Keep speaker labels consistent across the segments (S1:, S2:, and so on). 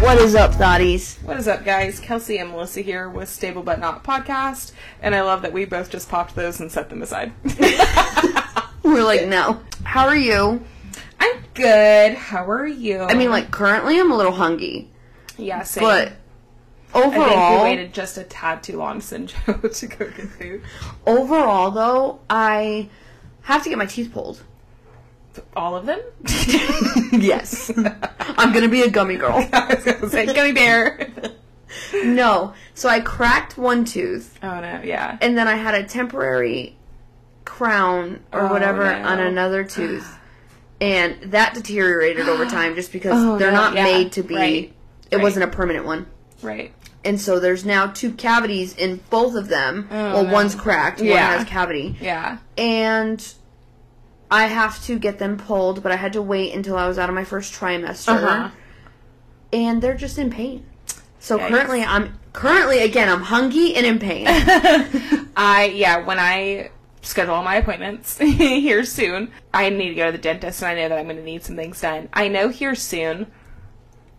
S1: What is up, thotties?
S2: What is up, guys? Kelsey and Melissa here with Stable But Not podcast, and I love that we both just popped those and set them aside.
S1: We're like, no. How are you?
S2: I'm good. How are you?
S1: I mean, like, currently I'm a little hungry,
S2: yeah, same.
S1: but
S2: I think we
S1: overall,
S2: waited just a tad too long, Sinjo, to go get food.
S1: overall though, I have to get my teeth pulled.
S2: All of them?
S1: Yes, I'm gonna be a gummy girl.
S2: I was gonna say gummy bear.
S1: No, so I cracked one tooth,
S2: oh no, yeah.
S1: and then I had a temporary crown or
S2: Oh,
S1: whatever
S2: no.
S1: on another tooth, and that deteriorated over time just because
S2: Oh,
S1: they're
S2: no,
S1: not
S2: yeah,
S1: made to be.
S2: right,
S1: It
S2: right.
S1: wasn't a permanent one.
S2: Right.
S1: and so there's now two cavities in both of them. well,
S2: no.
S1: one's cracked,
S2: Oh, Yeah.
S1: one has cavity,
S2: Yeah.
S1: and I have to get them pulled. But I had to wait until I was out of my first trimester,
S2: Uh-huh.
S1: and they're just in pain. So
S2: Yikes.
S1: currently, I'm currently again I'm hungry and in pain.
S2: I yeah, when I schedule all my appointments here soon, I need to go to the dentist and I know that I'm gonna need some things done. I know here soon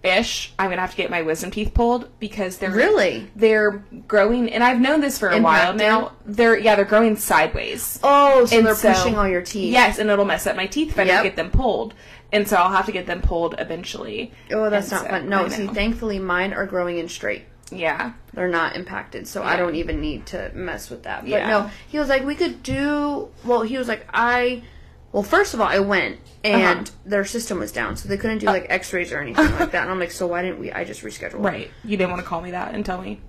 S2: ish, I'm gonna have to get my wisdom teeth pulled because they're
S1: really?
S2: they're growing and I've known this for a while
S1: Impacted?
S2: now. They're yeah, they're growing sideways.
S1: Oh, so
S2: And
S1: they're
S2: so-
S1: pushing all your teeth.
S2: Yes, and it'll mess up my teeth if I
S1: Yep.
S2: don't get them pulled. And so I'll have to get them pulled eventually.
S1: Oh, that's
S2: And
S1: not
S2: so-
S1: fun.
S2: I
S1: No, see,
S2: know.
S1: thankfully mine are growing in straight.
S2: Yeah.
S1: they're not impacted, so I
S2: Yeah.
S1: don't even need to mess with that. But
S2: Yeah.
S1: no, he was like, we could do. Well, he was like, I. Well, first of all, I went and
S2: Uh-huh. Uh.
S1: their system was down, so they couldn't do like X-rays or anything like that. And I'm like, so why didn't we? I just rescheduled.
S2: Right. You didn't want to call me that and tell me.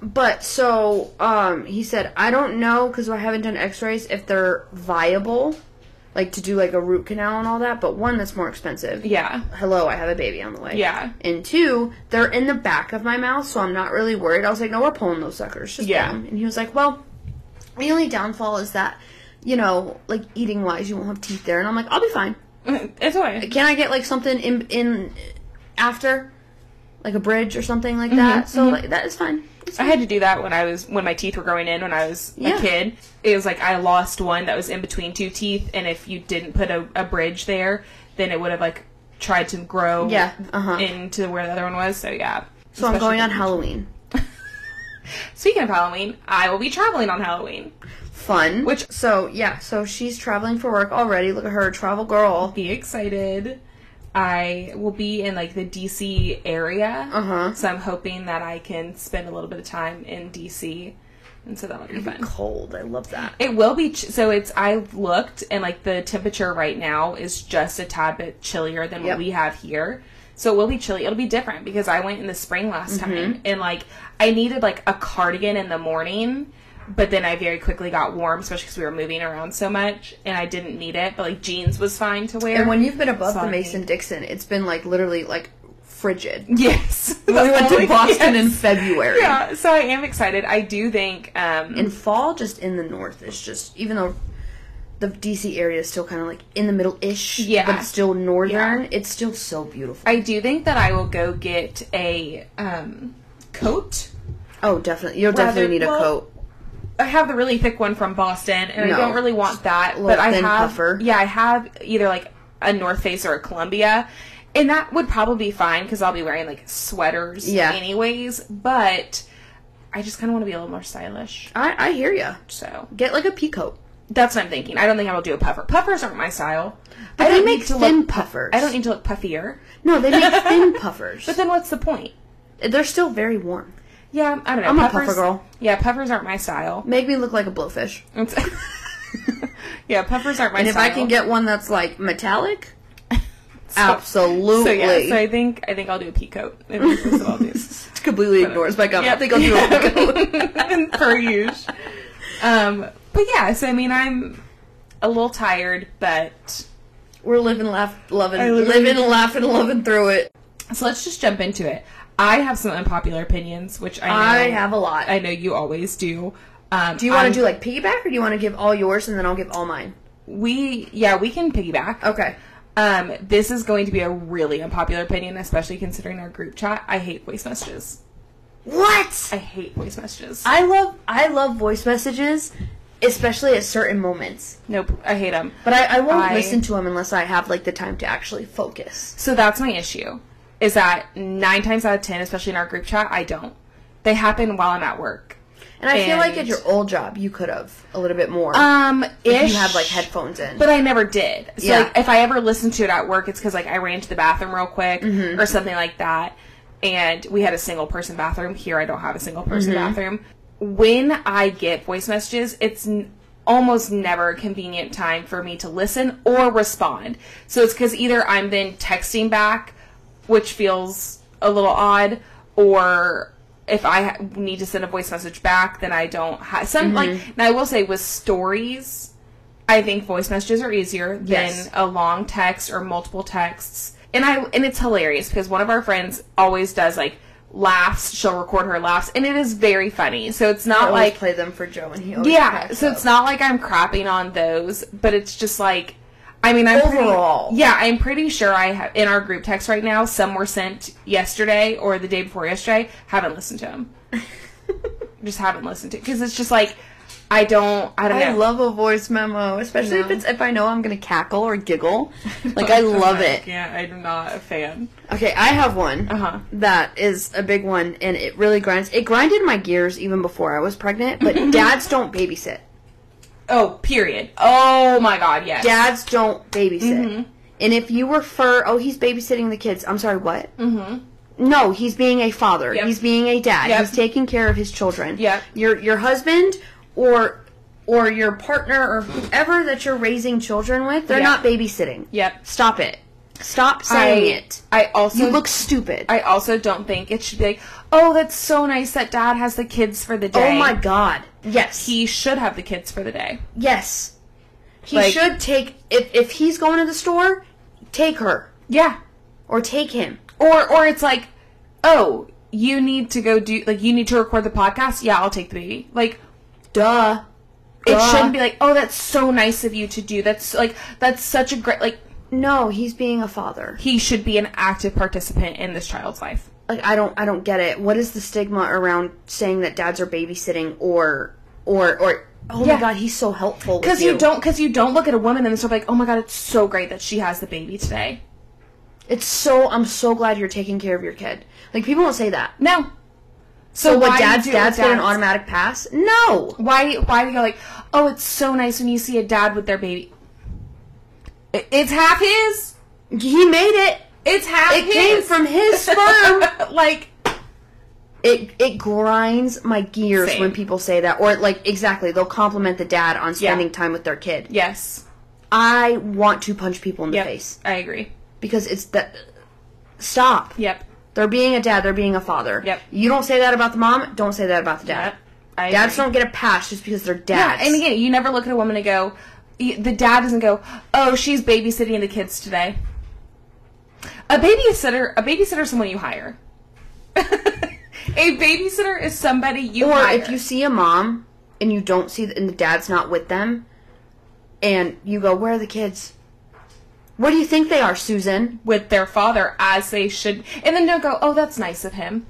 S1: But so um, he said, I don't know because I haven't done X-rays if they're viable, like to do like a root canal and all that. But one, that's more expensive.
S2: Yeah.
S1: Hello, I have a baby on the way.
S2: Yeah.
S1: And two, they're in the back of my mouth, so I'm not really worried. I was like, no, we're pulling those suckers. Just
S2: Yeah.
S1: yeah. And he was like, well, the only downfall is that, you know, like eating wise, you won't have teeth there. And I'm like, I'll be fine.
S2: It's okay.
S1: Can I get like something in in after, like a bridge or something like that? so like, that is fine. It's
S2: I
S1: fine.
S2: had to do that when I was when my teeth were growing in when I was
S1: Yeah.
S2: a kid. It was like I lost one that was in between two teeth, and if you didn't put a, a bridge there, then it would have like tried to grow
S1: Yeah, uh-huh.
S2: into where the other one was. So yeah.
S1: so I'm
S2: Especially-
S1: going on Halloween.
S2: Speaking of Halloween, I will be traveling on Halloween.
S1: Fun.
S2: Which-
S1: so yeah, so she's traveling for work already. Look at her, travel girl.
S2: Be excited. I will be in like the DC area,
S1: Uh-huh.
S2: so I'm hoping that I can spend a little bit of time in DC, and so that'll be fun.
S1: Cold. I love that.
S2: It will be ch- so. It's I looked and like the temperature right now is just a tad bit chillier than
S1: Yep.
S2: what we have here. So it will be chilly. It'll be different because I went in the spring last time
S1: Mm-hmm.
S2: and like I needed like a cardigan in the morning, but then I very quickly got warm, especially because we were moving around so much and I didn't need it. But like jeans was fine to wear.
S1: And when you've been above the
S2: Sorry.
S1: Mason Dixon, it's been like literally like frigid. We
S2: yes,
S1: went to Boston in
S2: and
S1: February.
S2: yeah. So I am excited. I do think um
S1: And fall just in the north is just even though the DC area is still kind of like in the middle ish,
S2: Yeah.
S1: but it's still northern. It's still so beautiful.
S2: I do think that I will go get a um coat
S1: oh, definitely, you'll
S2: Rather-
S1: definitely need a
S2: well,
S1: coat.
S2: I have the really thick one from Boston, and
S1: No.
S2: I don't really want that.
S1: Little
S2: But I
S1: thin
S2: have,
S1: puffer.
S2: yeah, I have either like a North Face or a Columbia, and that would probably be fine because I'll be wearing like sweaters,
S1: Yeah.
S2: anyways. But I just kind of want to be a little more stylish,
S1: I, I hear ya.
S2: so
S1: Get like a pea coat.
S2: that's what I'm thinking. I don't think I will do a puffer. Puffers aren't my style. I
S1: They
S2: don't
S1: make
S2: need to
S1: thin
S2: look.
S1: puffers.
S2: I don't need to look puffier.
S1: No, they make thin puffers.
S2: But then what's the point?
S1: They're still very warm.
S2: Yeah, I don't know.
S1: I'm a puffer girl.
S2: Yeah, puffers aren't my style.
S1: Make me look like a blowfish.
S2: yeah, puffers aren't my
S1: And if
S2: style.
S1: I can get one that's like metallic, absolutely.
S2: So yeah, so I think I think I'll do a pea coat. I think that's what I'll do.
S1: completely ignores my gum.
S2: Yep.
S1: I think I'll do a pea coat.
S2: per usual. Um, but yeah, so I mean, I'm a little tired, but
S1: We're living, laugh, loving,
S2: I literally-
S1: living, laughing, loving through it.
S2: so let's just jump into it. I have some unpopular opinions, which I know,
S1: I have a lot.
S2: I know you always do. Um,
S1: do you want to do like piggyback, or do you want to give all yours and then I'll give all mine?
S2: We yeah, we can piggyback.
S1: Okay.
S2: Um, this is going to be a really unpopular opinion, especially considering our group chat. I hate voice messages.
S1: What?
S2: I hate voice messages.
S1: I love, I love voice messages especially at certain moments.
S2: Nope, I hate them.
S1: But I, I won't
S2: I-
S1: listen to them unless I have like the time to actually focus.
S2: So that's my issue. Is that nine times out of ten, especially in our group chat, I don't. They happen while I'm at work.
S1: And I feel like at
S2: And-
S1: your old job, you could have a little bit more.
S2: Um,
S1: if
S2: ish.
S1: you have like headphones in.
S2: But I never did. So
S1: Yeah.
S2: like, if I ever listened to it at work, it's because like I ran to the bathroom real quick or something like that. And we had a single person bathroom. Here, I don't have a single person bathroom. When I get voice messages, it's n- almost never a convenient time for me to listen or respond. So it's because either I'm then texting back, which feels a little odd, or if I ha- need to send a voice message back, then I don't have some like. Now I will say with stories, I think voice messages are easier than
S1: Yes.
S2: a long text or multiple texts. And I and it's hilarious because one of our friends always does like laughs. She'll record her laughs, and it is very funny. So it's
S1: I
S2: not
S1: always
S2: like
S1: play them for Joe, and he always
S2: yeah.
S1: cracks
S2: So
S1: up.
S2: it's not like I'm crapping on those, but it's just like I mean I'm
S1: Overall.
S2: Pretty, yeah, I'm pretty sure I have in our group text right now. Some were sent yesterday or the day before yesterday. Haven't listened to them. just haven't listened to because it's just like I don't. I don't
S1: I
S2: know.
S1: love a voice memo, especially if
S2: No.
S1: it's if I know I'm gonna cackle or giggle. Like I love it.
S2: Yeah, I'm not a fan.
S1: Okay, I have one
S2: Uh-huh.
S1: that is a big one, and it really grinds. It grinded my gears even before I was pregnant. But dads don't babysit.
S2: Oh, period. Oh my god, yes.
S1: Dads don't babysit.
S2: Mm-hmm.
S1: And if you refer, oh, he's babysitting the kids. I'm sorry, what? Mm-hmm. No, he's being a father.
S2: Yep.
S1: He's being a dad.
S2: Yep.
S1: He's taking care of his children.
S2: Yep.
S1: Your your husband or or your partner or whoever that you're raising children with, they're
S2: Yep.
S1: not babysitting.
S2: Yep.
S1: Stop it. Stop
S2: I,
S1: saying it.
S2: I also
S1: You look stupid.
S2: I also don't think it should be like, oh, that's so nice that dad has the kids for the day.
S1: oh my god. Yes.
S2: He should have the kids for the day.
S1: yes. He
S2: Like-
S1: should take if if he's going to the store, take her
S2: Yeah.
S1: or take him.
S2: Or or it's like, oh, you need to go do like you need to record the podcast. Yeah, I'll take the baby. Like
S1: Duh.
S2: it
S1: Duh.
S2: shouldn't be like, oh, that's so nice of you to do. That's like that's such a great like
S1: No, he's being a father.
S2: he should be an active participant in this child's life.
S1: Like I don't I don't get it. What is the stigma around saying that dads are babysitting or or or oh
S2: Yeah.
S1: my god, he's so helpful with
S2: Because you don't, because you don't look at a woman and sort of like, oh my god, it's so great that she has the baby today.
S1: It's so I'm so glad you're taking care of your kid. Like people don't say that.
S2: No.
S1: So,
S2: why
S1: what dads
S2: do
S1: dads,
S2: it with
S1: get an automatic pass? No.
S2: Why? Why do you go like, oh, it's so nice when you see a dad with their baby? I- It's half his.
S1: He made it.
S2: It's half.
S1: It
S2: his.
S1: came from his sperm.
S2: like,
S1: it it grinds my gears
S2: Same.
S1: when people say that or like exactly they'll compliment the dad on spending
S2: Yeah.
S1: time with their kid.
S2: yes.
S1: I want to punch people in the
S2: Yep.
S1: face
S2: I agree.
S1: because it's that stop.
S2: Yep.
S1: They're being a dad. They're being a father.
S2: Yep.
S1: You don't say that about the mom. Don't say that about the dad.
S2: Yep. I
S1: Dads
S2: agree.
S1: don't get a pass just because they're
S2: Yeah,
S1: dads.
S2: and again, you never look at a woman and go, y- the dad doesn't go, oh, she's babysitting the kids today. A babysitter, a babysitter is someone you hire. a babysitter is somebody you
S1: or
S2: hire.
S1: if you see a mom and you don't see th- and the dad's not with them, and you go, "Where are the kids? Where do you think they are, Susan?"
S2: with their father as they should, and then don't go, oh, that's nice of him.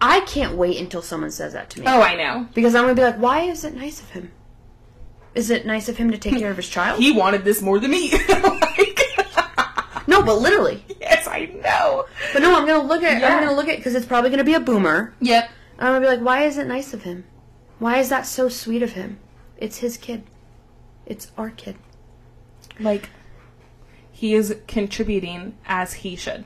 S1: I can't wait until someone says that to me
S2: Oh, I know.
S1: because I'm gonna be like, "Why is it nice of him? Is it nice of him to take care of his child?"
S2: Hmm. He wanted this more than me. Like,
S1: No, but literally.
S2: yes, I know.
S1: But no, I'm gonna look at.
S2: Yeah.
S1: I'm gonna look at because it's probably gonna be a boomer.
S2: Yep.
S1: And I'm gonna be like, why is it nice of him? Why is that so sweet of him? It's his kid. It's our kid.
S2: Like, he is contributing as he should.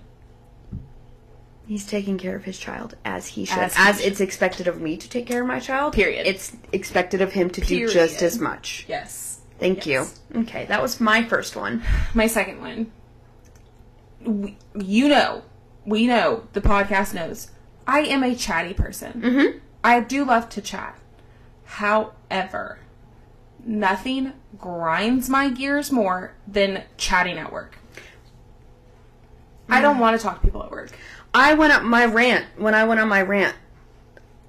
S1: He's taking care of his child as he should.
S2: As
S1: As,
S2: he should.
S1: it's expected of me to take care of my child.
S2: Period.
S1: It's expected of him to
S2: Period.
S1: do just as much.
S2: Yes.
S1: Thank
S2: Yes.
S1: you. Okay, that was my first one.
S2: My second one. We, you know, we know, the podcast knows, I am a chatty person. Mm-hmm. I do love to chat. However, nothing grinds my gears more than chatting at work. I don't want to talk to people at work.
S1: I went up my rant when I went on my rant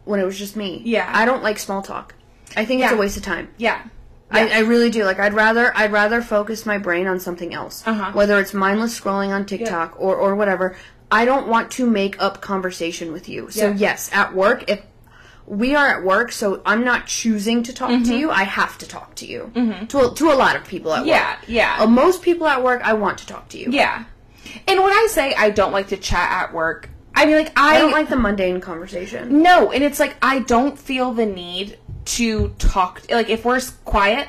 S1: when it was just me.
S2: Yeah.
S1: I don't like small talk. I think it's a
S2: Yeah.
S1: waste of time.
S2: Yeah.
S1: I, I really do. Like I'd rather I'd rather focus my brain on something else.
S2: Uh-huh.
S1: Whether it's mindless scrolling on TikTok or, or whatever. I don't want to make up conversation with you. So
S2: Yeah.
S1: yes, at work if we are at work, so I'm not choosing to talk
S2: Mm-hmm.
S1: to you. I have to talk to you. To, a, to a lot of people at
S2: Yeah,
S1: work.
S2: yeah.
S1: Uh, most people at work, I want to talk to you.
S2: Yeah. And when I say I don't like to chat at work, I mean like I,
S1: I don't like the mundane conversation.
S2: no, and it's like I don't feel the need to talk. Like if we're s- quiet,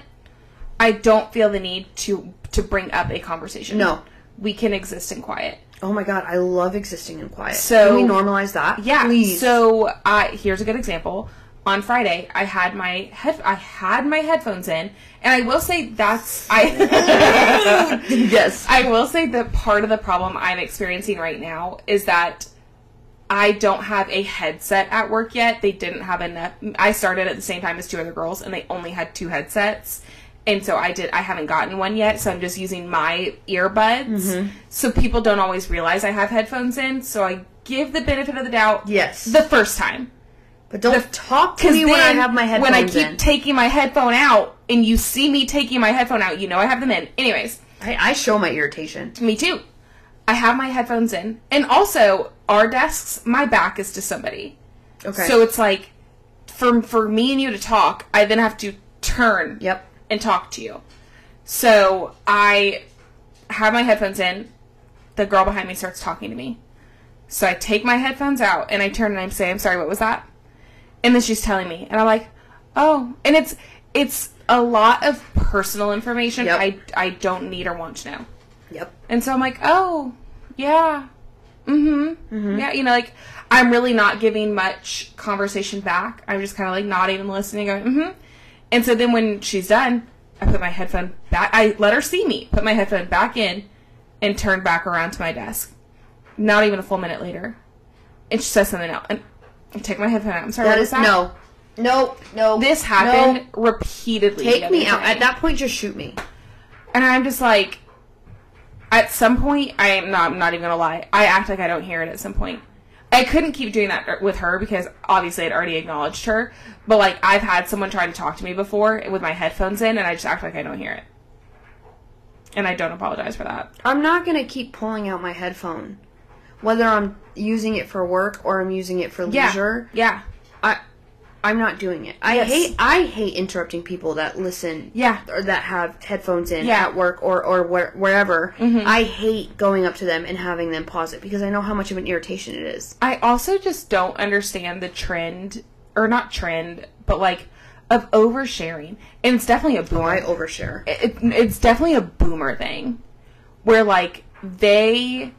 S2: I don't feel the need to to bring up a conversation.
S1: No.
S2: we can exist in quiet.
S1: Oh my god, I love existing in quiet.
S2: So-
S1: Can we normalize that?
S2: Yeah.
S1: Please.
S2: So I here's a good example. On Friday, I had my head I had my headphones in, and I will say that's I.
S1: yes.
S2: I will say that part of the problem I'm experiencing right now is that I don't have a headset at work yet. They didn't have enough. I started at the same time as two other girls, and they only had two headsets. And so I did. I haven't gotten one yet, so I'm just using my earbuds.
S1: Mm-hmm.
S2: So people don't always realize I have headphones in. So I give the benefit of the doubt.
S1: Yes.
S2: The first time,
S1: but don't talk to
S2: because
S1: me when I
S2: then
S1: have my headphones
S2: when I keep
S1: in.
S2: taking my headphone out, and you see me taking my headphone out, you know I have them in. Anyways,
S1: I, I show my irritation.
S2: me too. I have my headphones in. And also, our desks, my back is to somebody.
S1: Okay.
S2: So it's like for for me and you to talk, I then have to turn
S1: Yep.
S2: and talk to you. So I have my headphones in. The girl behind me starts talking to me. So I take my headphones out and I turn and I say, "I'm sorry, what was that?" And then she's telling me, and I'm like, "Oh." And it's it's a lot of personal information
S1: Yep.
S2: I I don't need or want to know.
S1: Yep.
S2: And so I'm like, oh, yeah. Mm-hmm. Yeah, you know, like I'm really not giving much conversation back. I'm just kind of like nodding and listening, going, mm-hmm. And so then when she's done, I put my headphone back. I let her see me, put my headphone back in, and turn back around to my desk. Not even a full minute later, and she says something else. And I take my headphone out. I'm sorry.
S1: That
S2: what
S1: is
S2: was that?
S1: no. No, no.
S2: This happened repeatedly.
S1: No.
S2: the
S1: Take
S2: other
S1: me out.
S2: day.
S1: At that point, just shoot me.
S2: And I'm just like, at some point, I am not, I'm not even gonna lie, I act like I don't hear it at some point. I couldn't keep doing that er, with her because obviously I'd already acknowledged her, but like I've had someone try to talk to me before with my headphones in and I just act like I don't hear it. And I don't apologize for that.
S1: I'm not gonna keep pulling out my headphone, whether I'm using it for work or I'm using it for
S2: Yeah.
S1: leisure.
S2: Yeah.
S1: I, I'm not doing it. I
S2: Yes.
S1: hate I hate interrupting people that listen.
S2: Yeah.
S1: Or that have headphones in
S2: Yeah.
S1: at work or or where, wherever. I hate going up to them and having them pause it because I know how much of an irritation it is.
S2: I also just don't understand the trend, or not trend, but like of oversharing. And it's definitely a boom.
S1: I overshare.
S2: it, it's definitely a boomer thing where like they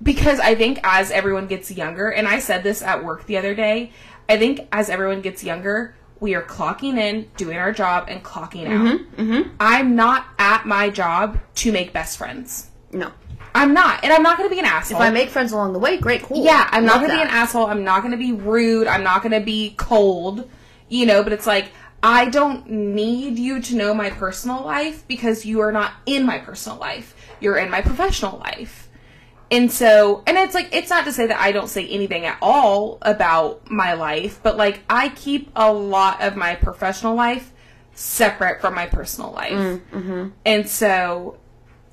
S2: because i think as everyone gets younger and i said this at work the other day i think as everyone gets younger we are clocking in doing our job and clocking out i'm not at my job to make best friends
S1: No.
S2: i'm not and i'm not going to be an asshole
S1: If I make friends along the way, great, cool.
S2: yeah, I'm not
S1: Love
S2: gonna be an
S1: that.
S2: asshole. I'm not gonna be rude. I'm not gonna be cold. You know, but it's like I don't need you to know my personal life because you are not in my personal life. You're in my professional life. And so, and it's like it's not to say that I don't say anything at all about my life, but like I keep a lot of my professional life separate from my personal life.
S1: Mm, mm-hmm.
S2: And so,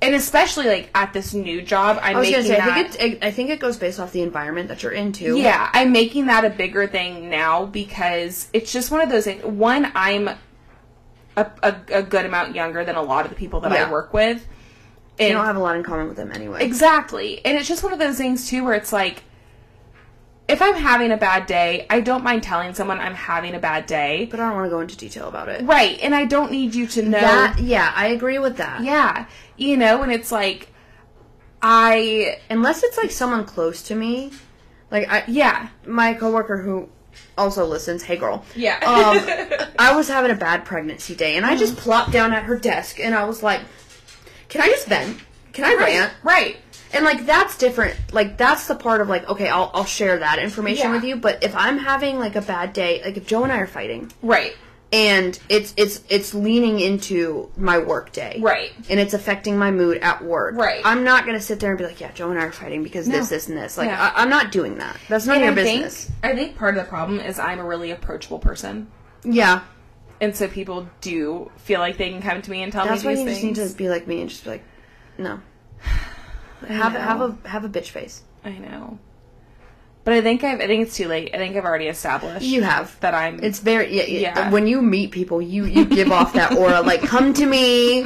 S2: and especially like at this new job, I'm
S1: I was
S2: making
S1: gonna say,
S2: that.
S1: I think, it, I think it goes based off the environment that you're into.
S2: Yeah, I'm making that a bigger thing now because it's just one of those things. One, I'm a, a, a good amount younger than a lot of the people that
S1: Yeah.
S2: I work with. And
S1: You don't have a lot in common with them anyway.
S2: exactly. And it's just one of those things, too, where it's like, if I'm having a bad day, I don't mind telling someone I'm having a bad day.
S1: but I don't want to go into detail about it.
S2: Right. And I don't need you to know.
S1: That, yeah, I agree with that.
S2: yeah. You know, and it's like, I,
S1: Unless it's like someone close to me, like I,
S2: yeah.
S1: my coworker who also listens, hey girl.
S2: Yeah.
S1: Um, I was having a bad pregnancy day, and I
S2: Mm.
S1: just plopped down at her desk, and I was like, "Can I just vent? Can I rant?"
S2: right.
S1: And like that's different. Like that's the part of like, okay, I'll I'll share that information
S2: Yeah.
S1: with you. But if I'm having like a bad day, like if Joe and I are fighting,
S2: Right.
S1: and it's it's it's leaning into my work day,
S2: Right.
S1: and it's affecting my mood at work.
S2: Right.
S1: I'm not gonna sit there and be like, yeah, Joe and I are fighting because this, this, and this. Like,
S2: No.
S1: I, I'm not doing that. That's none of your
S2: I think,
S1: business.
S2: I think part of the problem is I'm a really approachable person.
S1: Yeah,
S2: And so people do feel like they can come to me and tell
S1: that's
S2: me
S1: why
S2: these
S1: you
S2: things.
S1: just need to be like me and just be like, no. Have have a have a bitch face.
S2: I know. But I think I've, I think it's too late. I think I've already established
S1: You have.
S2: that I'm.
S1: It's very yeah, yeah.
S2: Yeah.
S1: When you meet people, you you give off that aura like come to me,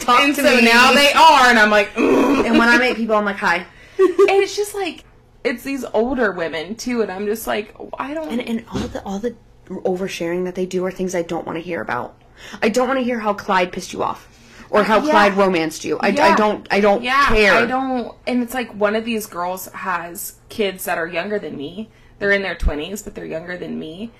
S1: talk
S2: and
S1: to
S2: so
S1: me.
S2: now they are, and I'm like,
S1: and when I meet people, I'm like hi.
S2: and it's just like it's these older women too, and I'm just like, I don't.
S1: And and all the all the oversharing that they do are things I don't want to hear about. I don't want to hear how Clyde pissed you off, or how
S2: Yeah.
S1: Clyde romanced you. I, I
S2: Yeah.
S1: don't I don't
S2: yeah,
S1: care.
S2: I don't. And it's like one of these girls has kids that are younger than me. They're in their twenties, but they're younger than me,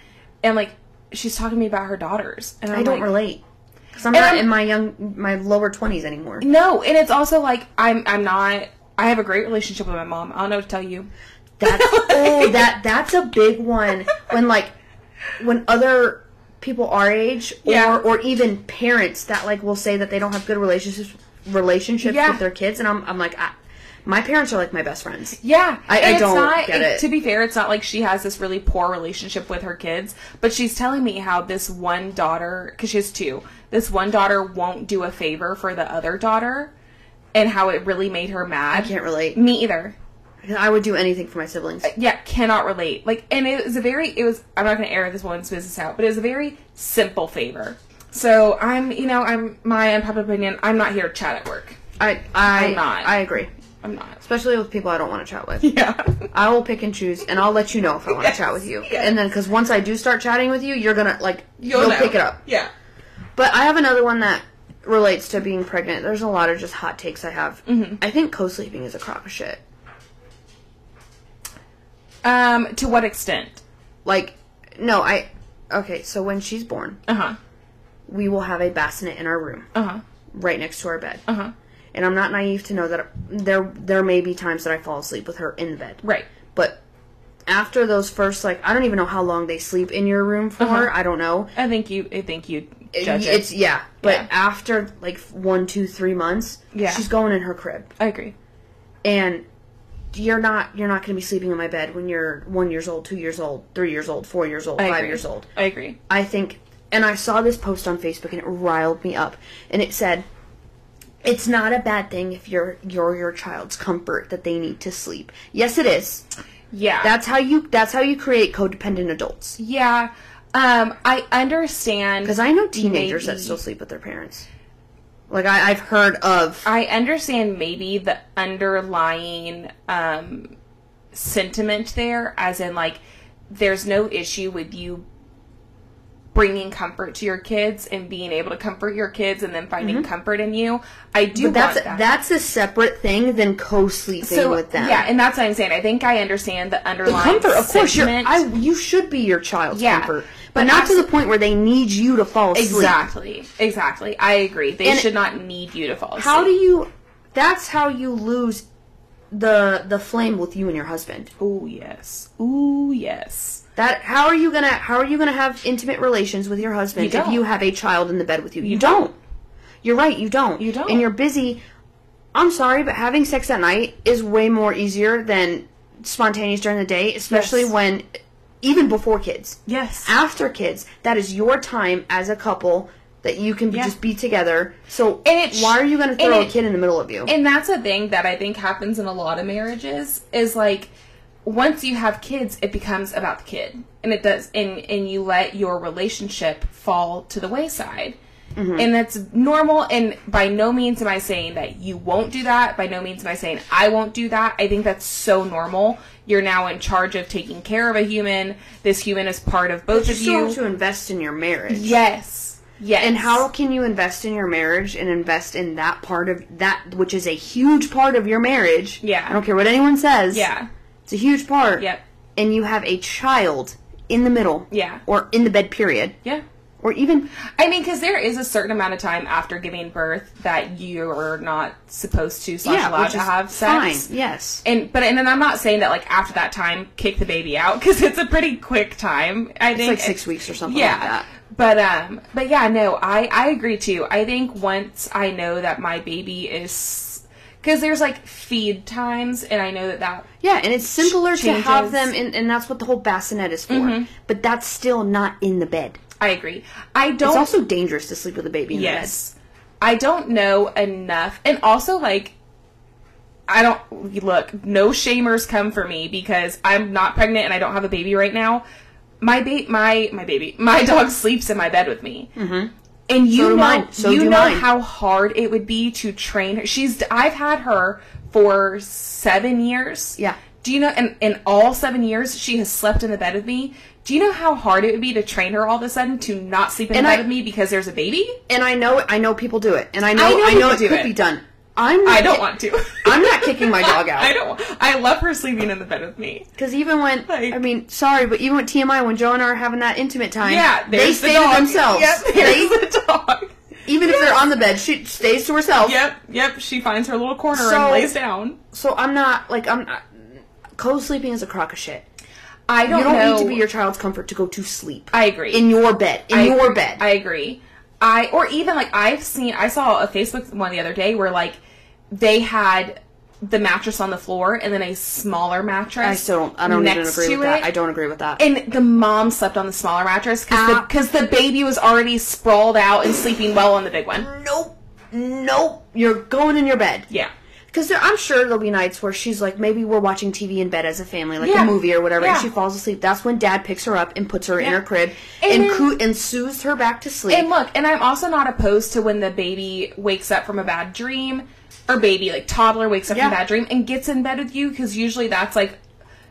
S2: and like she's talking to me about her daughters, and I'm
S1: I don't
S2: like,
S1: relate because I'm
S2: And
S1: not
S2: I'm-
S1: in my young my lower twenties anymore.
S2: No, and it's also like I'm. I'm not. I have a great relationship with my mom. I don't know what to tell you.
S1: That's oh that that's a big one when like when other people our age or
S2: Yeah.
S1: or even parents that like will say that they don't have good relationships relationships
S2: Yeah.
S1: with their kids and I'm I'm like I, my parents are like my best friends.
S2: Yeah,
S1: I-
S2: and
S1: I
S2: it's
S1: don't
S2: not,
S1: get it.
S2: To be fair, it's not like she has this really poor relationship with her kids, but she's telling me how this one daughter, because she has two, this one daughter won't do a favor for the other daughter, and how it really made her mad.
S1: I can't relate.
S2: Me either.
S1: I would do anything for my siblings.
S2: Yeah, cannot relate. Like, and it was a very, it was. I'm not going to air this woman's business out, but it was a very simple favor. So I'm, you know, I'm my unpopular opinion. I'm not here to chat at work.
S1: I I
S2: I'm not.
S1: I agree.
S2: I'm not.
S1: Especially with people I don't want to chat with.
S2: Yeah.
S1: I will pick and choose, and I'll let you know if I want to chat with you.
S2: yes.
S1: And then, because once I do start chatting with you, you're gonna like you'll,
S2: know.
S1: pick it up.
S2: Yeah.
S1: But I have another one that relates to being pregnant. There's a lot of just hot takes I have.
S2: Mm-hmm.
S1: I think co-sleeping is a crock of shit.
S2: Um. To what extent?
S1: Like, no, I. Okay, so when she's born,
S2: Uh huh.
S1: we will have a bassinet in our room,
S2: Uh huh.
S1: right next to our bed.
S2: Uh huh.
S1: And I'm not naive to know that there there may be times that I fall asleep with her in the bed.
S2: Right.
S1: But after those first, like, I don't even know how long they sleep in your room for.
S2: Uh-huh.
S1: I don't know.
S2: I think you. I think you judge
S1: it's
S2: it.
S1: yeah, but
S2: Yeah.
S1: after like one, two, three months,
S2: Yeah.
S1: she's going in her crib.
S2: I agree.
S1: and you're not you're not going to be sleeping in my bed when you're one years old, two years old, three years old, four years old,
S2: I
S1: five
S2: agree.
S1: years old.
S2: I agree.
S1: I think, and I saw this post on Facebook and it riled me up, and it said, "It's not a bad thing if you're you're your child's comfort that they need to sleep." Yes, it is.
S2: Yeah.
S1: That's how you that's how you create codependent adults.
S2: yeah. Um. I understand.
S1: Because I know teenagers that
S2: Maybe.
S1: still sleep with their parents. Like I, I've heard of.
S2: I understand maybe the underlying um, sentiment there, as in like, there's no issue with you bringing comfort to your kids and being able to comfort your kids and then finding comfort in you. I do
S1: Mm-hmm. But that's
S2: want that.
S1: that's a separate thing than co-sleeping with them.
S2: yeah, and that's what I'm saying. I think I understand the
S1: The
S2: underlying
S1: comfort, of course, you're,
S2: sentiment.
S1: I, you should be your child's
S2: Yeah.
S1: comfort, but,
S2: But
S1: not to
S2: abs-
S1: the point where they need you to fall asleep.
S2: Exactly. Exactly. I agree. They
S1: And-
S2: should not need you to fall asleep.
S1: How do you? That's how you lose the the flame with you and your husband.
S2: Ooh yes. Ooh yes.
S1: That how are you gonna how are you gonna have intimate relations with your husband
S2: You
S1: if you
S2: don't.
S1: have a child in the bed with you? You don't. You're right. You don't.
S2: You don't.
S1: And you're busy. I'm sorry, but having sex at night is way more easier than spontaneous during the day, especially
S2: Yes.
S1: when even before kids.
S2: Yes.
S1: after kids. That is your time as a couple that you can be-
S2: Yeah.
S1: just be together. So
S2: And it sh-
S1: why are you going to throw
S2: and
S1: a
S2: it-
S1: kid in the middle of you?
S2: And that's a thing that I think happens in a lot of marriages is like once you have kids it becomes about the kid. And it does and and you let your relationship fall to the wayside.
S1: Mm-hmm.
S2: And that's normal and by no means am I saying that you won't do that. By no means am I saying I won't do that. I think that's so normal. You're now in charge of taking care of a human. This human is part of both
S1: you
S2: of
S1: still
S2: you.
S1: have to invest in your marriage.
S2: Yes. Yes.
S1: And how can you invest in your marriage and invest in that part of that, which is a huge part of your marriage?
S2: Yeah.
S1: I don't care what anyone says.
S2: Yeah.
S1: It's a huge part.
S2: Yep.
S1: And you have a child in the middle.
S2: Yeah.
S1: Or in the bed period.
S2: Yeah.
S1: Or even
S2: I mean, because there is a certain amount of time after giving birth that you're not supposed to slash
S1: yeah,
S2: allowed
S1: which
S2: to
S1: is
S2: have sex.
S1: Fine. Yes.
S2: And but and then I'm not saying that like after that time kick the baby out because it's a pretty quick time. I
S1: It's
S2: think
S1: like six weeks or something
S2: yeah.
S1: like that.
S2: But um, but yeah, no, I I agree too. I think once I know that my baby is because there's like feed times, and I know that that
S1: Yeah, and it's simpler to have
S2: changes. Mm-hmm.
S1: them, in, and that's what the whole bassinet is for. But that's still not in the bed.
S2: I agree. I don't.
S1: It's also dangerous to sleep with a baby in
S2: Yes. I don't know enough. And also, like, I don't look. No shamers come for me because I'm not pregnant and I don't have a baby right now. My ba- my my baby, my dog sleeps in my bed with me. Mm-hmm. And you
S1: So do
S2: know,
S1: mine. So
S2: you
S1: do
S2: know
S1: mine.
S2: how hard it would be to train her. She's I've had her for seven years.
S1: Yeah.
S2: Do you know? And in all seven years, she has slept in the bed with me. Do you know how hard it would be to train her all of a sudden to not sleep in
S1: And
S2: the bed
S1: I-
S2: with me because there's a baby?
S1: And I know I know people do it, and I know
S2: I
S1: I
S2: know
S1: know,
S2: people
S1: it
S2: do
S1: could
S2: it.
S1: be done. I'm
S2: I don't want to.
S1: I'm not kicking my dog out.
S2: I don't. I love her sleeping in the bed with me.
S1: Because even when
S2: Like-
S1: I mean, sorry, but even with TMI, when Joe and I are having that intimate time,
S2: Yeah,
S1: they
S2: there's
S1: stay
S2: the dog.
S1: to themselves.
S2: Yep,
S1: They-
S2: there's the dog.
S1: even if they're on the bed, she stays to herself.
S2: Yep, yep. She finds her little corner
S1: So-
S2: and lays down.
S1: So I'm not like I'm. not Co-sleeping is a crock of shit.
S2: I don't,
S1: You don't
S2: know.
S1: need to be your child's comfort to go to sleep
S2: I agree.
S1: in your bed, in
S2: I
S1: your
S2: agree.
S1: bed.
S2: I agree. I or even like I've seen. I saw a Facebook one the other day where like they had the mattress on the floor and then a smaller mattress.
S1: I still don't. I don't even
S2: next
S1: agree
S2: to
S1: with that.
S2: it.
S1: I don't agree with that.
S2: and the mom slept on the smaller mattress
S1: Ah.
S2: because the, baby was already sprawled out and sleeping well on the big one.
S1: nope, nope. You're going in your bed.
S2: Yeah.
S1: Because I'm sure there'll be nights where she's like, maybe we're watching TV in bed as a family, like
S2: Yeah.
S1: a movie or whatever,
S2: Yeah.
S1: and she falls asleep. That's when dad picks her up and puts her in
S2: Yeah.
S1: her crib
S2: And
S1: and,
S2: then-
S1: coo- and soothes her back to sleep.
S2: And look, and I'm also not opposed to when the baby wakes up from a bad dream, or baby, like toddler wakes up
S1: Yeah.
S2: from a bad dream and gets in bed with you, because usually that's like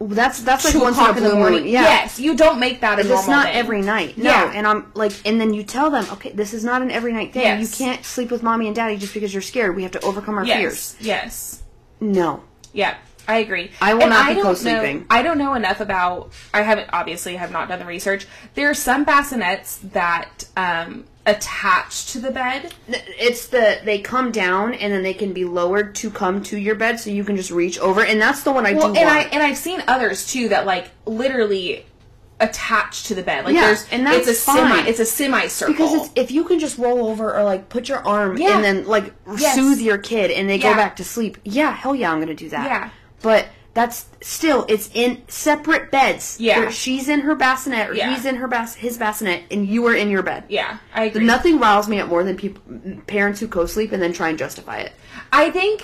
S1: that's that's like
S2: two
S1: once
S2: o'clock in the morning.
S1: Yeah.
S2: Yes, you don't make that a normal
S1: It's not
S2: thing.
S1: every night. No.
S2: Yeah.
S1: And I'm like, and then you tell them, okay, this is not an every night thing.
S2: Yes.
S1: You can't sleep with mommy and daddy just because you're scared. We have to overcome our
S2: yes,
S1: fears.
S2: yes,
S1: No.
S2: yeah. I agree.
S1: I will
S2: And
S1: not be
S2: don't
S1: co-sleeping.
S2: know- I don't know enough about. I haven't obviously have not done the research. There are some bassinets that um, attach to the bed.
S1: It's the they come down and then they can be lowered to come to your bed, so you can just reach over, and that's the one I
S2: Well,
S1: do
S2: and I
S1: want.
S2: and I've seen others too that like literally attach to the bed. Like
S1: Yeah,
S2: there's
S1: and that's
S2: it's a
S1: fine.
S2: semi it's a semicircle.
S1: Because it's, if you can just roll over or like put your arm
S2: Yeah.
S1: and then like
S2: Yes.
S1: soothe your kid and they
S2: Yeah.
S1: go back to sleep, yeah, hell yeah, I'm gonna do that.
S2: Yeah.
S1: But that's still it's in separate beds.
S2: Yeah.
S1: There- she's in her bassinet or
S2: Yeah.
S1: he's in her bas- his bassinet and you are in your bed.
S2: yeah, I agree.
S1: Nothing riles me up more than peop parents who co-sleep and then try and justify it.
S2: I think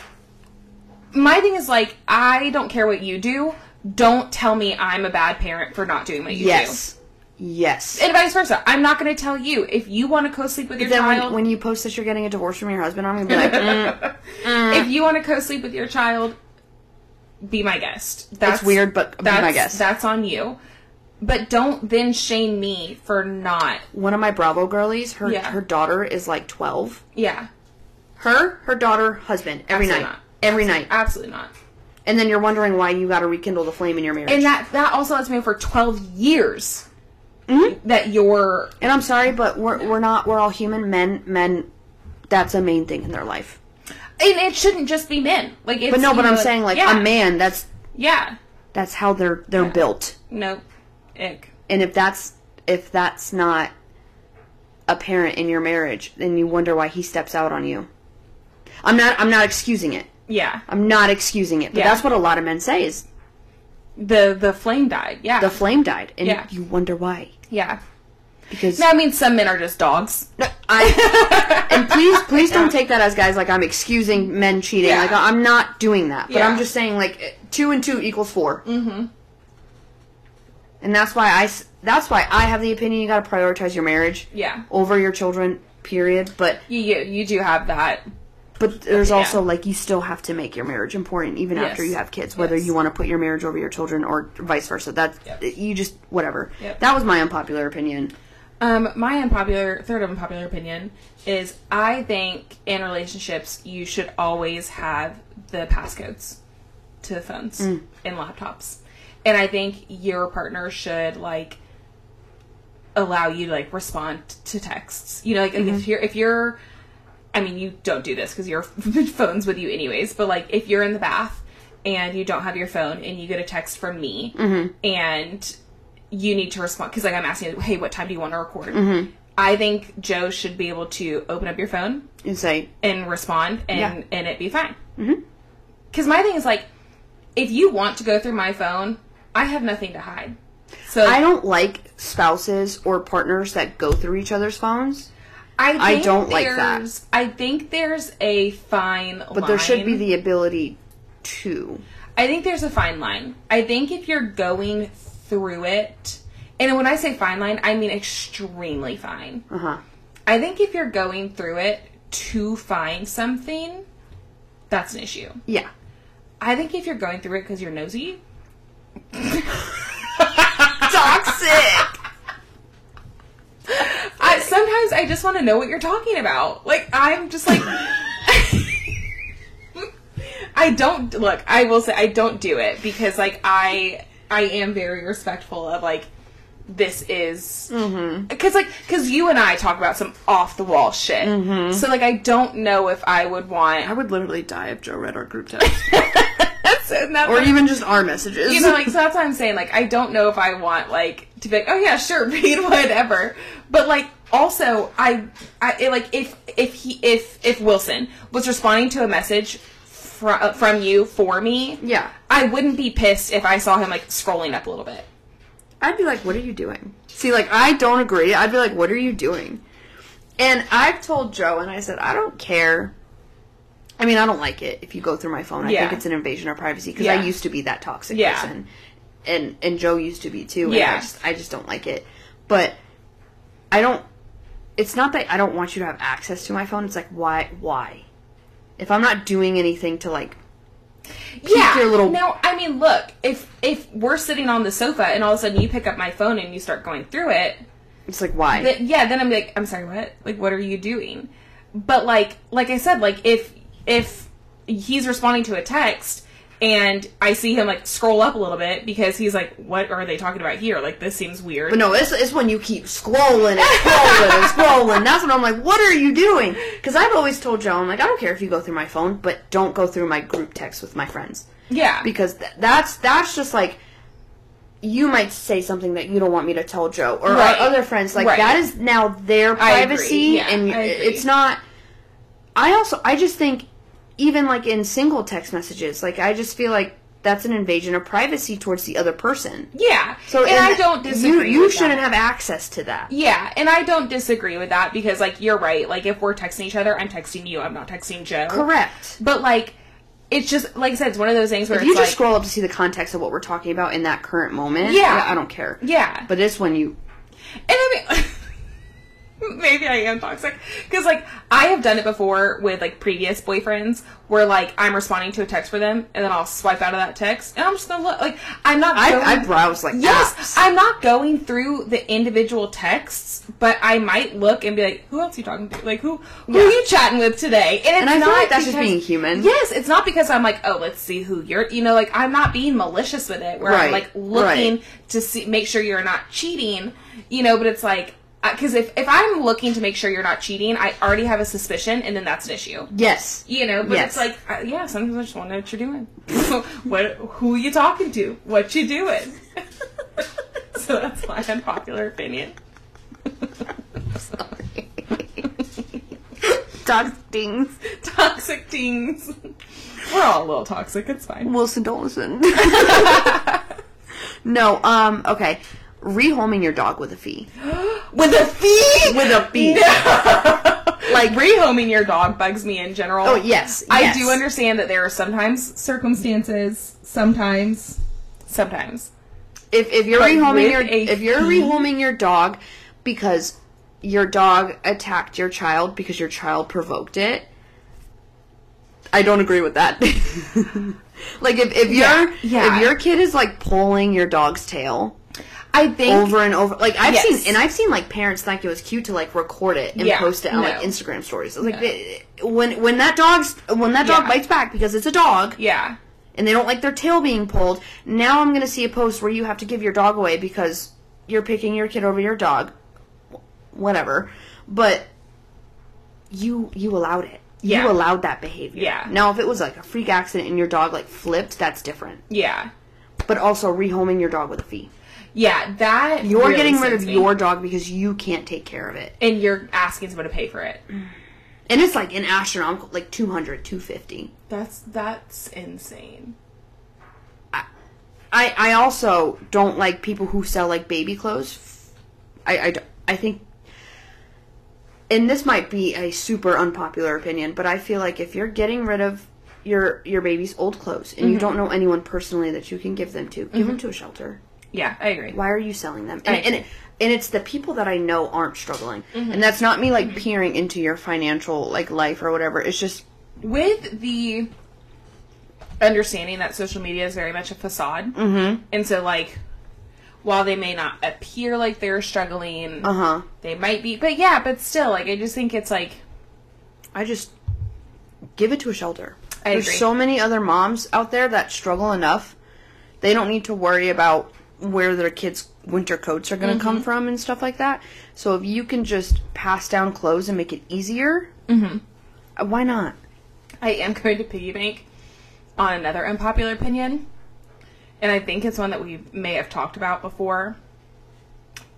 S2: my thing is like I don't care what you do. Don't tell me I'm a bad parent for not doing what you
S1: Yes. Yes.
S2: do. And vice versa. I'm not going to tell you if you want to co-sleep with your
S1: then
S2: child.
S1: when, when you post that you're getting a divorce from your husband, I'm gonna be like, mm,
S2: if you want to co-sleep with your child, be my guest. That's
S1: weird, but be my
S2: that's,
S1: guest.
S2: That's on you. But don't then shame me for not.
S1: one of my Bravo girlies, her
S2: Yeah.
S1: her daughter is like 12.
S2: Yeah.
S1: her, her daughter, husband every
S2: Absolutely
S1: night.
S2: not.
S1: Every night.
S2: Absolutely not.
S1: And then you're wondering why you got to rekindle the flame in your marriage.
S2: And
S1: And,
S2: that that also has been for twelve years
S1: Mm-hmm.
S2: that you're
S1: I'm sorry, but we're we're not we're all human men. Men, that's a main thing in their life.
S2: and it shouldn't just be men. Like it's
S1: But no,
S2: you
S1: but
S2: know,
S1: I'm saying like
S2: yeah,
S1: a man. That's
S2: Yeah.
S1: that's how they're they're built.
S2: No. Ick.
S1: And if that's if that's not apparent in your marriage, then you wonder why he steps out on you. I'm not I'm not excusing it.
S2: Yeah.
S1: I'm not excusing it. But
S2: Yeah.
S1: that's what a lot of men say is
S2: The the flame died. Yeah.
S1: the flame died, and
S2: Yeah.
S1: you wonder why
S2: yeah.
S1: because
S2: No, I mean some men are just dogs.
S1: No, I, and please, please don't take that as guys like I'm excusing men cheating.
S2: Yeah.
S1: Like I'm not doing that. But
S2: Yeah.
S1: I'm just saying like two and two equals 4 Mm-hmm. And that's why I s- that's why I have the opinion you got to prioritize your marriage
S2: Yeah.
S1: over your children. Period. But
S2: You you, you do have that.
S1: but there's
S2: Yeah.
S1: also like you still have to make your marriage important even after
S2: Yes.
S1: you have kids, whether
S2: Yes.
S1: you want to put your marriage over your children or vice versa. That
S2: Yep.
S1: you just whatever.
S2: Yep.
S1: That was my unpopular opinion.
S2: Um, my unpopular third unpopular opinion is I think in relationships you should always have the passcodes to the phones and laptops. And I think your partner should like allow you to like respond to texts. You know, like, like, if you're if you're I mean, you don't do this because your phone's with you anyways, but like if you're in the bath and you don't have your phone and you get a text from me and you need to respond because like I'm asking you, hey, what time do you want to record?
S1: Mm-hmm.
S2: I think Joe should be able to open up your phone
S1: And say
S2: and respond and
S1: Yeah. Mm-hmm.
S2: and it be fine. Because my thing is like, if you want to go through my phone, I have nothing to hide. So
S1: I
S2: I,
S1: don't like spouses or partners that go through each other's phones,
S2: think
S1: I don't like that.
S2: there's- I think there's a fine,
S1: but there should be the ability too.
S2: I think there's a fine line. I think if you're going through it, and when I say fine line, I mean extremely fine.
S1: Uh huh.
S2: I think if you're going through it to find something, that's an issue.
S1: Yeah.
S2: I think if you're going through it because you're nosy,
S1: Toxic.
S2: I, sometimes I just want to know what you're talking about. Like I'm just like, I don't look. I will say I don't do it because like I I am very respectful of like this is because like because you and I talk about some off the wall shit. So like I don't know if I would
S1: I
S2: want
S1: would literally die if Joe read our group text,
S2: so that
S1: or even just our messages.
S2: you know, like so that's what I'm saying. Like, I don't know if I want like to be like, oh yeah, sure, read whatever. But like, also, I, I it, like if if he if if Wilson was responding to a message from from you for me,
S1: yeah.
S2: I wouldn't be pissed if I saw him like scrolling up a little bit.
S1: I'd be like, what are you doing? See, like, I don't agree. I'd be like, what are you doing? And I've told Joe, and I said, I don't care. I mean, I don't like it if you go through my phone. I
S2: Yeah.
S1: think it's an invasion of privacy because I
S2: Yeah.
S1: used to be that toxic
S2: Yeah.
S1: person, and and Joe used to be too. And I
S2: Yeah.
S1: just I just don't like it. But I don't. It's not that I don't want you to have access to my phone. It's like why why, if I'm not doing anything to like
S2: yeah.
S1: your little-
S2: No, I mean, look, if if we're sitting on the sofa and all of a sudden you pick up my phone and you start going through it,
S1: it's like why
S2: Th- yeah then i'm like i'm sorry what like what are you doing but like like i said like if if he's responding to a text and i see him like scroll up a little bit because he's like what are they talking about here like this seems weird
S1: But no, it's, it's when you keep scrolling and scrolling and scrolling. That's when I'm like, what are you doing? Because I've always told Joe, I'm like, I don't care if you go through my phone, but don't go through my group text with my friends.
S2: yeah
S1: Because th- that's that's just like, you might say something that you don't want me to tell Joe or
S2: Right.
S1: our other friends. Like,
S2: Right.
S1: that is now their
S2: I agree.
S1: privacy.
S2: Yeah,
S1: And
S2: I agree.
S1: it's not. I also, I just think, even like in single text messages, like, I just feel like that's an invasion of privacy towards the other person.
S2: yeah
S1: So
S2: and i
S1: that-
S2: don't
S1: you-
S2: disagree
S1: You,
S2: with
S1: shouldn't have
S2: that.
S1: access to that.
S2: yeah and i don't disagree with that because like you're right like if we're texting each other i'm texting you i'm not texting joe
S1: Correct.
S2: but like it's just like i said it's one of those things where
S1: If
S2: it's
S1: you just
S2: like
S1: scroll up to see the context of what we're talking about in that current moment,
S2: Yeah.
S1: I don't care.
S2: yeah
S1: But it's when you
S2: And I mean, maybe I am toxic because like I have done it before with like previous boyfriends where like I'm responding to a text for them and then I'll swipe out of that text and I'm just gonna look like I'm not.
S1: I,
S2: going-
S1: I browse like "Ah."
S2: Yes,
S1: apps.
S2: I'm not going through the individual texts, but I might look and be like, "Who else you talking to? Like, who who are you chatting with today?" And it's
S1: And I feel
S2: not
S1: like that's just
S2: because-
S1: being human.
S2: Yes, it's not because I'm like, "Oh, let's see who you're," you know, like I'm not being malicious with it, where
S1: Right,
S2: I'm like looking
S1: right.
S2: to see make sure you're not cheating, you know. But it's like because if if I'm looking to make sure you're not cheating, I already have a suspicion, and then that's an issue.
S1: Yes.
S2: You know, but
S1: Yes.
S2: it's like, uh, yeah, sometimes I just want to know what you're doing. what, who you talking to? What you doing? so that's my unpopular opinion.
S1: Dog things.
S2: Toxic teens. We're all a little toxic. It's fine.
S1: Wilson don't listen. no, um, okay. Rehoming your dog with a fee.
S2: With a fee.
S1: With a fee.
S2: Like rehoming your dog bugs me in general.
S1: Oh yes.
S2: I
S1: yes.
S2: do understand that there are sometimes circumstances, sometimes, sometimes.
S1: if if you're
S2: But
S1: rehoming
S2: with
S1: your
S2: a
S1: if you're rehoming your dog because your dog attacked your child because your child provoked it, I don't agree with that. like if if
S2: Yeah,
S1: your
S2: yeah.
S1: if your kid is like pulling your dog's tail
S2: I think
S1: over and over, like I've seen
S2: Yes.
S1: and I've seen like parents think it was cute to like record it and
S2: Yeah,
S1: post it on like
S2: no.
S1: Instagram stories. Like
S2: No.
S1: they- when when that dog's when that dog
S2: Yeah.
S1: bites back because it's a dog,
S2: yeah.
S1: and they don't like their tail being pulled, now I'm going to see a post where you have to give your dog away because you're picking your kid over your dog. Wh- Whatever. But you you allowed it. You
S2: Yeah.
S1: allowed that behavior.
S2: Yeah.
S1: Now if it was like a freak accident and your dog like flipped, that's different.
S2: Yeah.
S1: But also rehoming your dog with a fee.
S2: Yeah, that
S1: You're
S2: really
S1: getting rid of
S2: sends me.
S1: your dog because you can't take care of it.
S2: and you're asking someone to pay for it.
S1: And it's like an astronomical like 200, 250.
S2: That's that's insane.
S1: I, I also don't like people who sell like baby clothes. I, I, d- I think, and this might be a super unpopular opinion, but I feel like if you're getting rid of your your baby's old clothes and you don't know anyone personally that you can give them to, give them to a shelter.
S2: Yeah, I agree.
S1: Why are you selling them?
S2: I
S1: And and, it, and it's the people that I know aren't struggling. And that's not me like peering into your financial like life or whatever. It's just
S2: With the understanding that social media is very much a facade, and so like while they may not appear like they're struggling,
S1: uh-huh.
S2: they might be. But yeah, but still, like I just think it's like
S1: I just give it to a shelter.
S2: I
S1: There's
S2: agree.
S1: so many other moms out there that struggle enough. They don't need to worry about where their kids' winter coats are going to
S2: Mm-hmm.
S1: come from and stuff like that. So if you can just pass down clothes and make it easier,
S2: Mm-hmm.
S1: uh, why not?
S2: I am going to piggyback on another unpopular opinion, and I think it's one that we may have talked about before,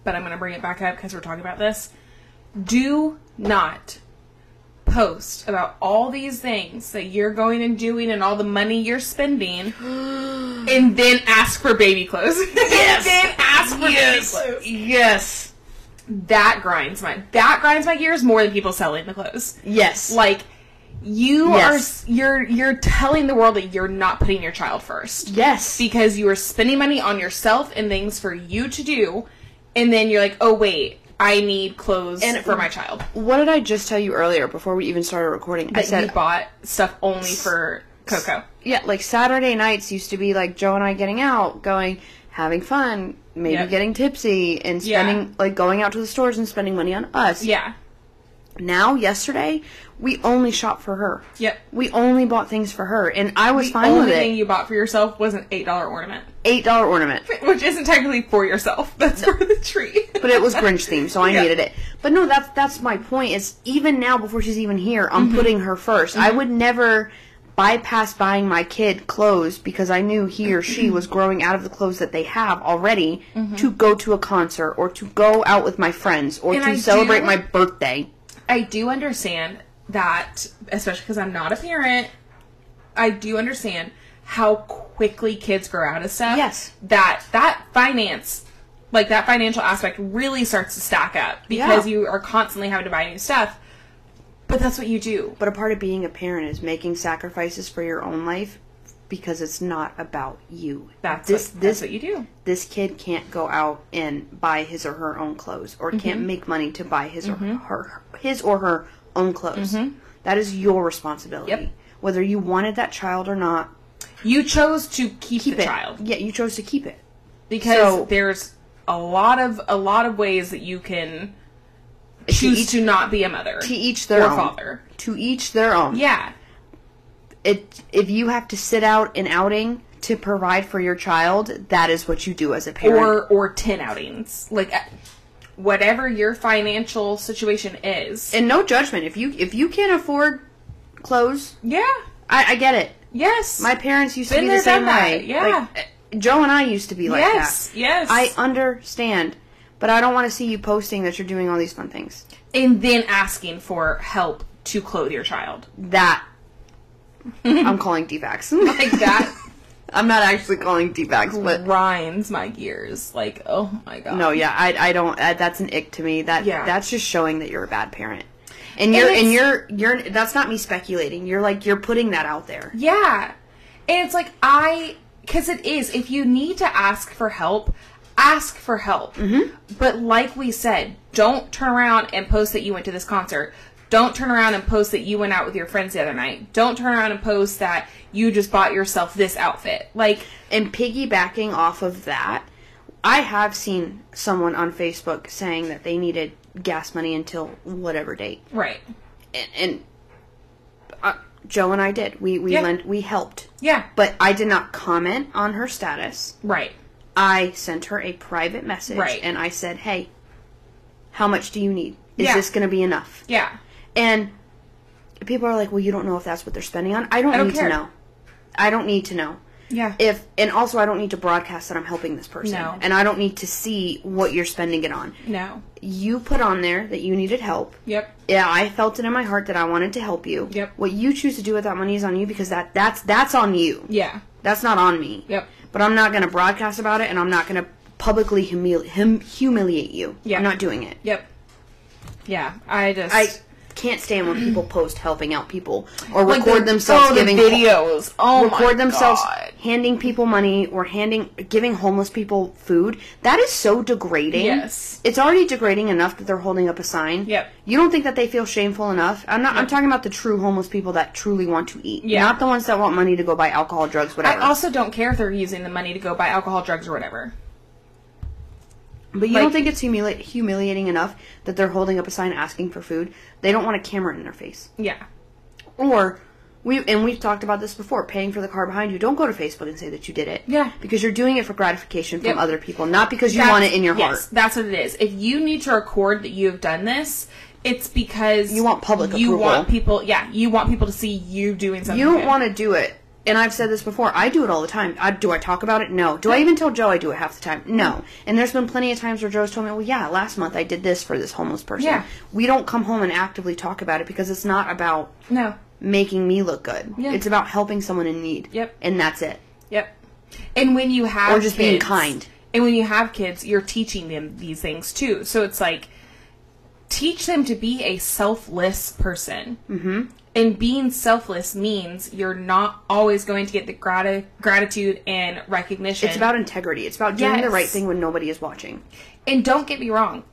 S2: but I'm going to bring it back up because we're talking about this. Do not post about all these things that you're going and doing and all the money you're spending, and then ask for baby clothes.
S1: Yes.
S2: and then ask for baby clothes.
S1: Yes.
S2: That grinds my that grinds my gears more than people selling the clothes.
S1: Yes. Like
S2: Like you
S1: Yes.
S2: are you're you're telling the world that you're not putting your child first
S1: yes.
S2: because you are spending money on yourself and things for you to do and then you're like, "Oh wait, I need clothes
S1: And-
S2: for my child."
S1: what did I just tell you earlier before we even started recording? I
S2: That
S1: said
S2: you bought stuff only for Coco.
S1: yeah, like Saturday nights used to be like Joe and I getting out, going, having fun, maybe
S2: Yep.
S1: getting tipsy, and
S2: Yeah.
S1: spending like going out to the stores and spending money on us.
S2: Yeah.
S1: Now, yesterday, we only shopped for her.
S2: Yep.
S1: We only bought things for her, and I was fine with
S2: Only
S1: it.
S2: thing you bought for yourself was an $8 ornament,
S1: Eight dollar ornament,
S2: which isn't technically for yourself. That's for the tree.
S1: but it was Grinch themed, so I
S2: Yeah.
S1: needed it. But no, that's that's my point. Is even now, before she's even here, I'm putting her 1st I would never bypass buying my kid clothes because I knew he or she was growing out of the clothes that they have already to go to a concert or to go out with my friends or
S2: And
S1: to
S2: I
S1: celebrate
S2: do-
S1: my birthday.
S2: I do understand that, especially because I'm not a parent, I do understand how quickly kids grow out of stuff.
S1: Yes.
S2: That that finance like that financial aspect really starts to stack up because
S1: Yeah.
S2: you are constantly having to buy new stuff. But that's what you do.
S1: But a part of being a parent is making sacrifices for your own life because it's not about you.
S2: That's
S1: this
S2: what,
S1: this
S2: that's what you do.
S1: this kid can't go out and buy his or her own clothes or can't
S2: Mm-hmm.
S1: make money to buy his or her his or her own clothes. That is your responsibility.
S2: Mm-hmm. Yep.
S1: Whether you wanted that child or not,
S2: You chose to keep,
S1: keep
S2: the
S1: it.
S2: child
S1: Yeah, you chose to keep it.
S2: because
S1: So-
S2: there's a lot of a lot of ways that you can choose
S1: each-
S2: to not be a mother
S1: To each their
S2: or
S1: own.
S2: father.
S1: To each their own.
S2: Yeah.
S1: It, if you have to sit out an outing to provide for your child, that is what you do as a parent.
S2: or or 10 outings like uh, whatever your financial situation is
S1: and no judgment. If you if you can't afford clothes,
S2: yeah
S1: I, I get it.
S2: yes
S1: My parents used to
S2: Been
S1: be the
S2: there,
S1: same
S2: done that,
S1: way.
S2: yeah.
S1: Like, uh, Joe and I used to be like
S2: yes
S1: that.
S2: yes
S1: I understand, but I don't want to see you posting that you're doing all these fun things.
S2: and then asking for help to clothe your child
S1: That I'm calling devax.
S2: like that
S1: I'm not actually calling devax, but
S2: grinds my gears like oh my god
S1: no, yeah, I, I don't. I, that's an ick to me. That
S2: Yeah.
S1: that's just showing that you're a bad parent. And you're and
S2: it's-
S1: you're you're that's not me speculating. You're like you're putting that out there.
S2: yeah and it's like i because it is if you need to ask for help ask for help
S1: Mm-hmm.
S2: but like we said don't turn around and post that you went to this concert don't turn around and post that you went out with your friends the other night don't turn around and post that you just bought yourself this outfit like
S1: And piggybacking off of that, I have seen someone on Facebook saying that they needed gas money until whatever date,
S2: right
S1: and, and uh, Joe and I did. We we
S2: Yeah.
S1: lent, we helped,
S2: yeah
S1: but I did not comment on her status.
S2: right
S1: I sent her a private message,
S2: Right.
S1: and I said, "Hey, how much do you need? Is
S2: Yeah.
S1: this going to be enough?"
S2: yeah
S1: And people are like, "Well, you don't know if that's what they're spending on." I don't,
S2: don't
S1: need
S2: care.
S1: to know. I don't need to know
S2: yeah
S1: if and also I don't need to broadcast that I'm helping this person.
S2: No.
S1: And I don't need to see what you're spending it on.
S2: no
S1: You put on there that you needed help.
S2: yep
S1: Yeah, I felt it in my heart that I wanted to help you.
S2: Yep.
S1: What you choose to do with that money is on you because that that's that's on you.
S2: yeah
S1: That's not on me.
S2: Yep.
S1: But I'm not going to broadcast about it and I'm not going to publicly humili- hum- humiliate you.
S2: Yeah.
S1: I'm not doing it.
S2: yep yeah i just
S1: I can't stand when people post helping out people or
S2: Like
S1: record
S2: the-
S1: themselves
S2: oh, the
S1: giving
S2: videos. Oh,
S1: record themselves
S2: God.
S1: handing people money or handing giving homeless people food. That is so degrading.
S2: Yes.
S1: It's already degrading enough that they're holding up a sign.
S2: Yep.
S1: You don't think that they feel shameful enough? I'm not I'm talking about the true homeless people that truly want to eat.
S2: Yeah.
S1: Not the ones that want money to go buy alcohol, drugs,
S2: I
S1: whatever.
S2: also don't care if they're using the money to go buy alcohol, drugs, or whatever.
S1: but you don't
S2: like-
S1: think it's humili- humiliating enough that they're holding up a sign asking for food? They don't want a camera in their face.
S2: Yeah.
S1: Or we and we've talked about this before, paying for the car behind you. Don't go to Facebook and say that you did it.
S2: Yeah.
S1: Because you're doing it for gratification from
S2: Yep.
S1: other people, not because you want it in your
S2: yes,
S1: heart.
S2: That's what it is. If you need to record that you have done this, it's because
S1: You want public
S2: You
S1: approval.
S2: want people. Yeah, you want people to see you doing something.
S1: You don't
S2: good.
S1: want to do it. And I've said this before. I do it all the time. I, do I talk about it? No. Do I even tell Joe I do it half the time? No. And there's been plenty of times where Joe's told me, "Well, yeah, last month I did this for this homeless person."
S2: Yeah.
S1: We don't come home and actively talk about it because it's not about
S2: No.
S1: making me look good.
S2: Yeah.
S1: It's about helping someone in need.
S2: Yep.
S1: And that's it.
S2: Yep. And when you have
S1: Or just being
S2: kids-
S1: kind.
S2: And when you have kids, you're teaching them these things too. So it's like teach them to be a selfless person. Mm-hmm. And being selfless means you're not always going to get the grati- gratitude and recognition.
S1: It's about integrity. It's about doing the
S2: Yes.
S1: right thing when nobody is watching.
S2: and don't get me wrong,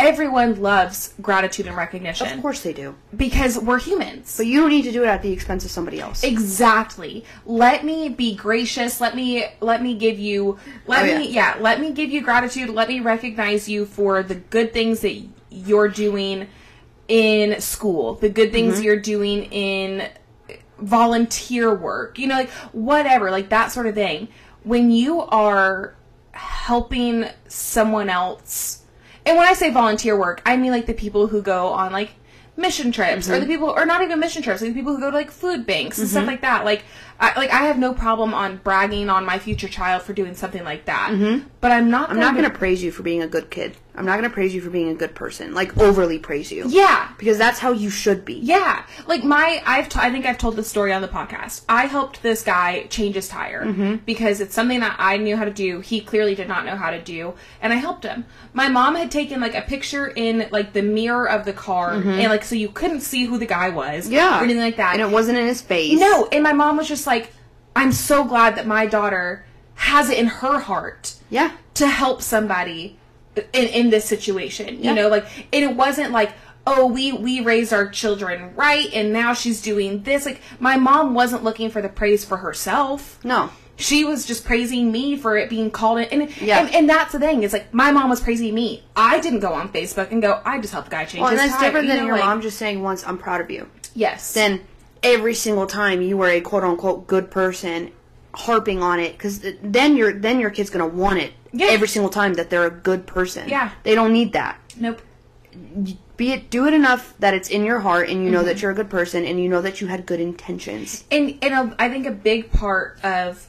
S2: everyone loves gratitude and recognition
S1: Of course they do.
S2: because we're humans.
S1: But you don't need to do it at the expense of somebody else.
S2: Exactly. Let me be gracious. Let me let me give you let
S1: Oh,
S2: me yeah, let me give you gratitude. Let me recognize you for the good things that you're doing in school. The good things you're doing in volunteer work. You know, like whatever, like that sort of thing. When you are helping someone else. And when I say volunteer work, I mean like the people who go on like mission trips or the people or not even mission trips, like the people who go to like food banks and stuff like that. Like I like I have no problem on bragging on my future child for doing something like that. But I'm not
S1: I'm not going to praise you for being a good kid. I'm not going to praise you for being a good person. Like, overly praise you.
S2: Yeah.
S1: Because that's how you should be.
S2: Yeah, like my I've t- I think I've told this story on the podcast. I helped this guy change his tire
S1: Mm-hmm.
S2: because it's something that I knew how to do. He clearly did not know how to do, and I helped him. My mom had taken like a picture in like the mirror of the car, and like so you couldn't see who the guy was,
S1: Mm-hmm. Yeah.
S2: or anything like that.
S1: And it wasn't in his face.
S2: no, and my mom was just like, "I'm so glad that my daughter has it in her heart
S1: Yeah.
S2: to help somebody in, in this situation.
S1: Yeah.
S2: You know, like and it wasn't like, oh, we we raised our children right, and now she's doing this. Like my mom wasn't looking for the praise for herself.
S1: No.
S2: She was just praising me for it being called in, and,
S1: Yeah.
S2: and and that's the thing. It's like my mom was praising me. I didn't go on Facebook and go, I just helped a guy change
S1: Well, and
S2: his
S1: that's
S2: tire,"
S1: different
S2: you
S1: than
S2: know,
S1: your
S2: like-
S1: mom just saying once, I'm proud of you.
S2: Yes.
S1: Then every single time you were a quote unquote good person harping on it because then your then your kid's gonna want it
S2: Yeah.
S1: every single time that they're a good person
S2: Yeah.
S1: they don't need that
S2: nope.
S1: be it do it enough that it's in your heart and you know
S2: Mm-hmm.
S1: that you're a good person and you know that you had good intentions
S2: and and a, I think a big part of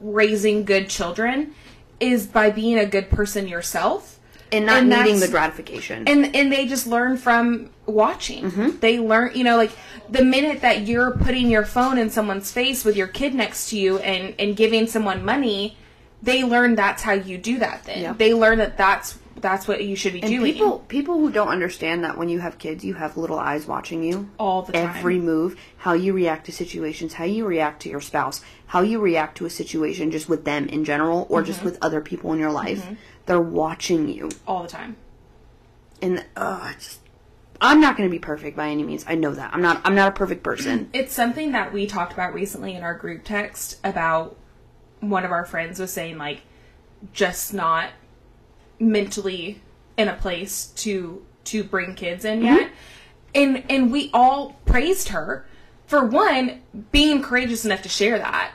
S2: raising good children is by being a good person yourself
S1: and not needing
S2: that's-
S1: the gratification.
S2: and and they just learn from watching
S1: Mm-hmm.
S2: they learn you know like the minute that you're putting your phone in someone's face with your kid next to you and and giving someone money they learn that's how you do that then
S1: Yeah.
S2: they learn that that's that's what you should be doing
S1: people people who don't understand that when you have kids, you have little eyes watching you
S2: all the time
S1: Every move, how you react to situations, how you react to your spouse, how you react to a situation just with them in general or
S2: Mm-hmm.
S1: just with other people in your life. They're watching you.
S2: all the time
S1: And oh, I just I'm not going to be perfect by any means. I know that. I'm not I'm not a perfect person.
S2: It's something that we talked about recently in our group text about one of our friends was saying like just not mentally in a place to to bring kids in
S1: Mm-hmm.
S2: yet. And and we all praised her for one being courageous enough to share that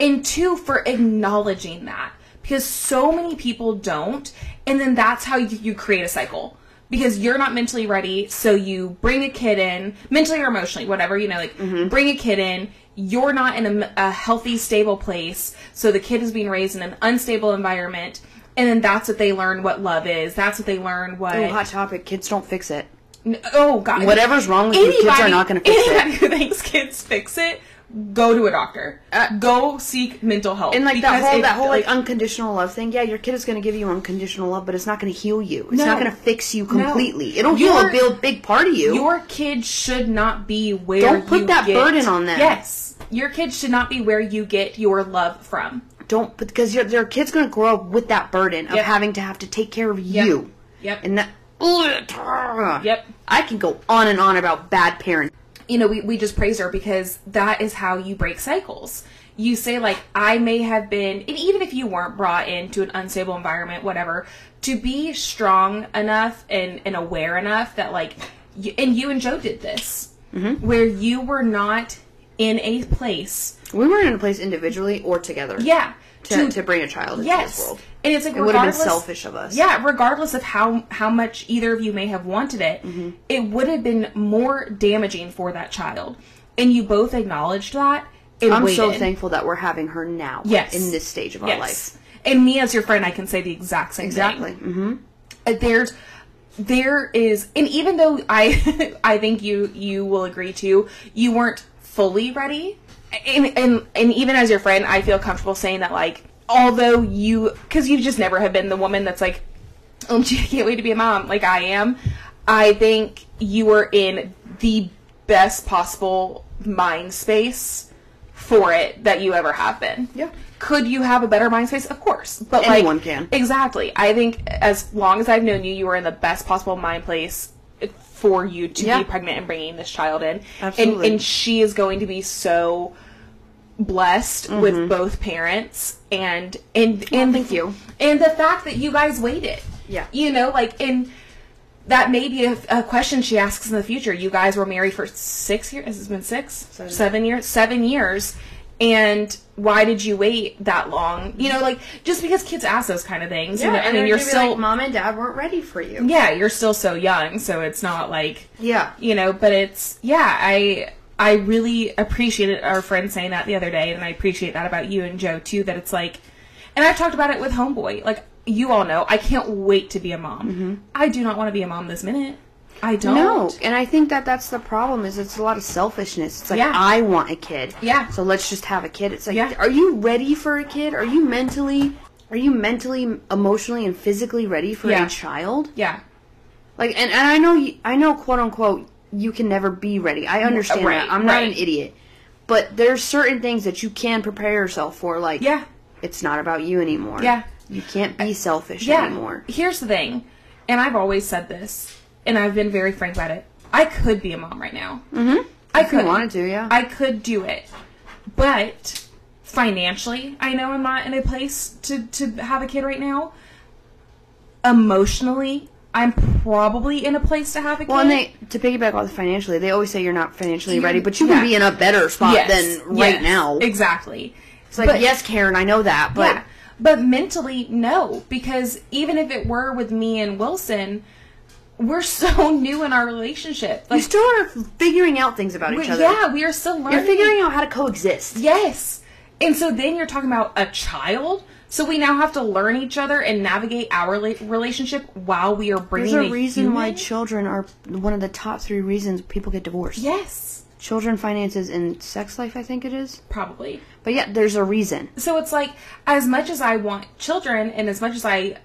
S2: and two for acknowledging that because so many people don't and then that's how you, you create a cycle because you're not mentally ready so you bring a kid in mentally or emotionally whatever you know like bring a kid in you're not in a, m- a healthy stable place so the kid is being raised in an unstable environment and then that's what they learn what love is that's what they learn what
S1: Oh, hot topic. Kids don't fix it.
S2: N- oh god
S1: Whatever's wrong with you, kids are not gonna fix it.
S2: anybody who thinks kids fix it go to a doctor.
S1: Uh,
S2: go seek mental health.
S1: And like that
S2: Because
S1: whole
S2: if-
S1: that whole like, unconditional love thing, yeah, your kid is gonna give you unconditional love, but it's not gonna heal you. It's not
S2: No.
S1: gonna fix you completely. It'll heal
S2: Your-
S1: a big, big part of you.
S2: Your kid should not be where
S1: Don't put
S2: you
S1: that
S2: get-
S1: burden on them.
S2: Yes. Your kid should not be where you get your love from.
S1: Don't because your your kid's gonna grow up with that burden of
S2: Yep.
S1: having to have to take care of you.
S2: Yep.
S1: And that
S2: Yep.
S1: I can go on and on about bad parents.
S2: you know, we, we just praised her because that is how you break cycles. You say, like, I may have been, and even if you weren't brought into an unstable environment, whatever, to be strong enough and, and aware enough that, like, you, and you and Joe did this,
S1: Mm-hmm.
S2: where you were not in a place,
S1: We weren't in a place individually or together
S2: yeah,
S1: to, to bring a child into this world.
S2: and it's like
S1: It would have been
S2: regardless-
S1: selfish of us.
S2: Yeah, regardless of how how much either of you may have wanted it,
S1: Mm-hmm.
S2: it would have been more damaging for that child. And you both acknowledged that. And
S1: I'm so
S2: waited.
S1: thankful that we're having her now.
S2: Yes.
S1: In this stage of our life.
S2: Yes. And me as your friend, I can say the exact same
S1: Exactly.
S2: thing.
S1: hmm
S2: Exactly. uh, There's there is and even though I I think you you will agree too, you weren't fully ready. And and, and even as your friend, I feel comfortable saying that like although you cuz you just never have been the woman that's like um, I can't wait to be a mom like I am. I think you were in the best possible mind space for it that you ever have been.
S1: Yeah.
S2: Could you have a better mind space? Of course. But
S1: Anyone
S2: like,
S1: can.
S2: Exactly. I think as long as I've known you, you were in the best possible mind place for you to
S1: Yeah.
S2: be pregnant and bringing this child in.
S1: Absolutely.
S2: And, and she is going to be so blessed with both parents and and and
S1: Mm-hmm. thank you.
S2: and the fact that you guys waited
S1: Yeah.
S2: you know like and that may be a, a question she asks in the future you guys were married for six years has it been six seven. years seven years and why did you wait that long you know like just because kids ask those kind of things you know, and, then you're still
S1: mom and dad weren't ready for you.
S2: yeah you're still so young so it's not like
S1: Yeah.
S2: you know but it's yeah i i really appreciated our friend saying that the other day and i appreciate that about you and joe too that it's like and i've talked about it with homeboy like you all know i can't wait to be a mom i do not want to be a mom this minute i
S1: Mm-hmm.
S2: don't
S1: No, and I think that that's the problem. Is it's a lot of selfishness. It's like
S2: Yeah.
S1: I want a kid.
S2: Yeah.
S1: So let's just have a kid. It's like,
S2: Yeah.
S1: are you ready for a kid? Are you mentally, are you mentally, emotionally, and physically ready for
S2: Yeah.
S1: a child?
S2: yeah
S1: Like, and, and I know, you, I know, quote unquote, you can never be ready. I understand
S2: right,
S1: that. I'm not an
S2: right.
S1: idiot, but there's certain things that you can prepare yourself for. Like,
S2: yeah
S1: it's not about you anymore.
S2: Yeah.
S1: You can't be selfish anymore.
S2: Here's the thing, and I've always said this, and I've been very frank about it. I could be a mom right now. Mm-hmm. I
S1: you
S2: could
S1: wanted to, yeah.
S2: I could do it, but financially, I know I'm not in a place to to have a kid right now. Emotionally, I'm probably in a place to have a kid.
S1: Well, and they to piggyback off the financially, they always say you're not financially
S2: You're-
S1: ready, but you can
S2: yeah.
S1: be in a better spot
S2: Yes,
S1: than right
S2: yes,
S1: now.
S2: exactly.
S1: It's like
S2: but-
S1: yes, Karen, I know that, but
S2: yeah. But mentally, no, because even if it were with me and Wilson, we're so new in our relationship.
S1: you
S2: Like,
S1: still are figuring out things about each
S2: we-
S1: other.
S2: yeah, we are still learning.
S1: you're figuring out how to coexist.
S2: yes, and so then you're talking about a child. So we now have to learn each other and navigate our rela- relationship while we are bringing
S1: There's a reason
S2: human-
S1: why children are one of the top three reasons people get divorced.
S2: yes,
S1: Children, finances, and sex life. I think it is.
S2: probably.
S1: But yeah, there's a reason.
S2: So it's like, as much as I want children, and as much as I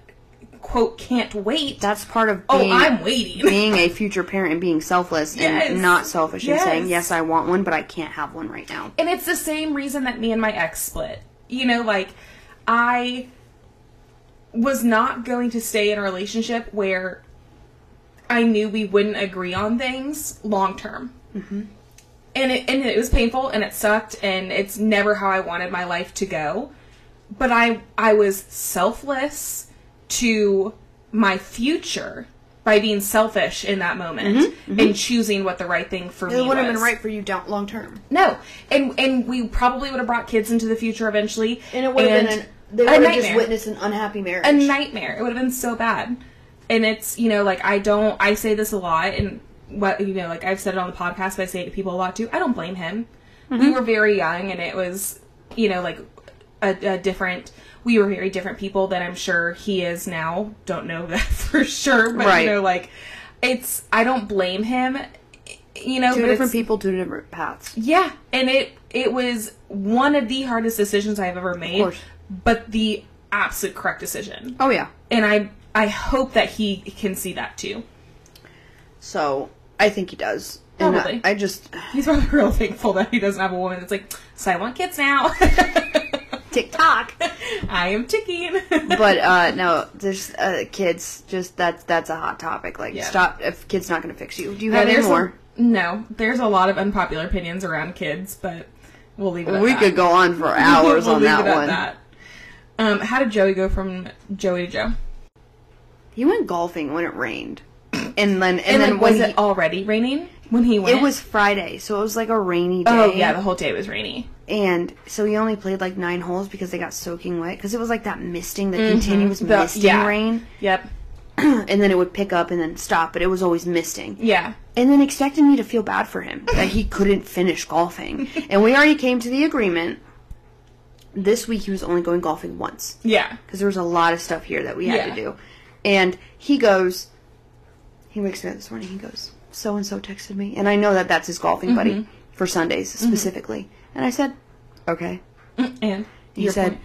S2: quote can't wait.
S1: That's part of
S2: oh,
S1: being,
S2: I'm waiting.
S1: being a future parent and being selfless
S2: Yes.
S1: and not selfish
S2: Yes.
S1: and saying yes, I want one, but I can't have one right now.
S2: and it's the same reason that me and my ex split. You know, like I was not going to stay in a relationship where I knew we wouldn't agree on things long term.
S1: Mm-hmm.
S2: And it and it was painful and it sucked and it's never how I wanted my life to go. But I I was selfless to my future by being selfish in that moment and choosing what the right thing for me
S1: Mm-hmm. It would have been
S2: was.
S1: right for you down long term.
S2: No, and and we probably would have brought kids into the future eventually,
S1: And it would have been an, they
S2: a
S1: would have just
S2: nightmare.
S1: witnessed an unhappy marriage.
S2: a nightmare. It would have been so bad, and it's you know like I don't I say this a lot, and what you know like I've said it on the podcast, but I say it to people a lot too. I don't blame him.
S1: Mm-hmm.
S2: We were very young, and it was you know like a, a different. We were very different people than I'm sure he is now. Don't know that for sure, but
S1: Right.
S2: you know like it's I don't blame him you know,
S1: Two
S2: but
S1: different
S2: it's-
S1: people, two different paths.
S2: Yeah, and it it was one of the hardest decisions I've ever made,
S1: course.
S2: but the absolute correct decision.
S1: Oh yeah.
S2: And I I hope that he can see that too.
S1: So I think he does. And I-
S2: Probably.
S1: I just
S2: He's probably real thankful that he doesn't have a woman that's like, so I want kids now.
S1: TikTok.
S2: I am ticking.
S1: but uh no, there's uh, kids. Just that's that's a hot topic. Like
S2: Yeah.
S1: stop. If kids not going to fix you, do you
S2: Now,
S1: have any
S2: there's a-
S1: more?
S2: no, there's a lot of unpopular opinions around kids, but we'll leave it. At
S1: we
S2: that.
S1: could go on for hours on that one.
S2: Um, how did Joey go from Joey to Joe?
S1: He went golfing when it rained, and then and,
S2: And,
S1: then
S2: then was
S1: when
S2: it already raining when he
S1: he,
S2: went?
S1: it was Friday, so it was like a rainy day.
S2: Oh yeah, the whole day was rainy.
S1: and so he only played like nine holes because they got soaking wet because it was like that misting, the continuous
S2: Mm-hmm. The-
S1: misting
S2: yeah.
S1: rain,
S2: Yep.
S1: and then it would pick up and then stop, but it was always misting.
S2: Yeah.
S1: and then expected me to feel bad for him that he couldn't finish golfing. And we already came to the agreement. This week he was only going golfing once
S2: Yeah.
S1: because there was a lot of stuff here that we had
S2: Yeah.
S1: to do. And he goes, he wakes me up this morning. He goes, so and so texted me, and I know that that's his golfing
S2: Mm-hmm.
S1: buddy for Sundays specifically. And I said, okay.
S2: And
S1: He
S2: your
S1: said,
S2: point.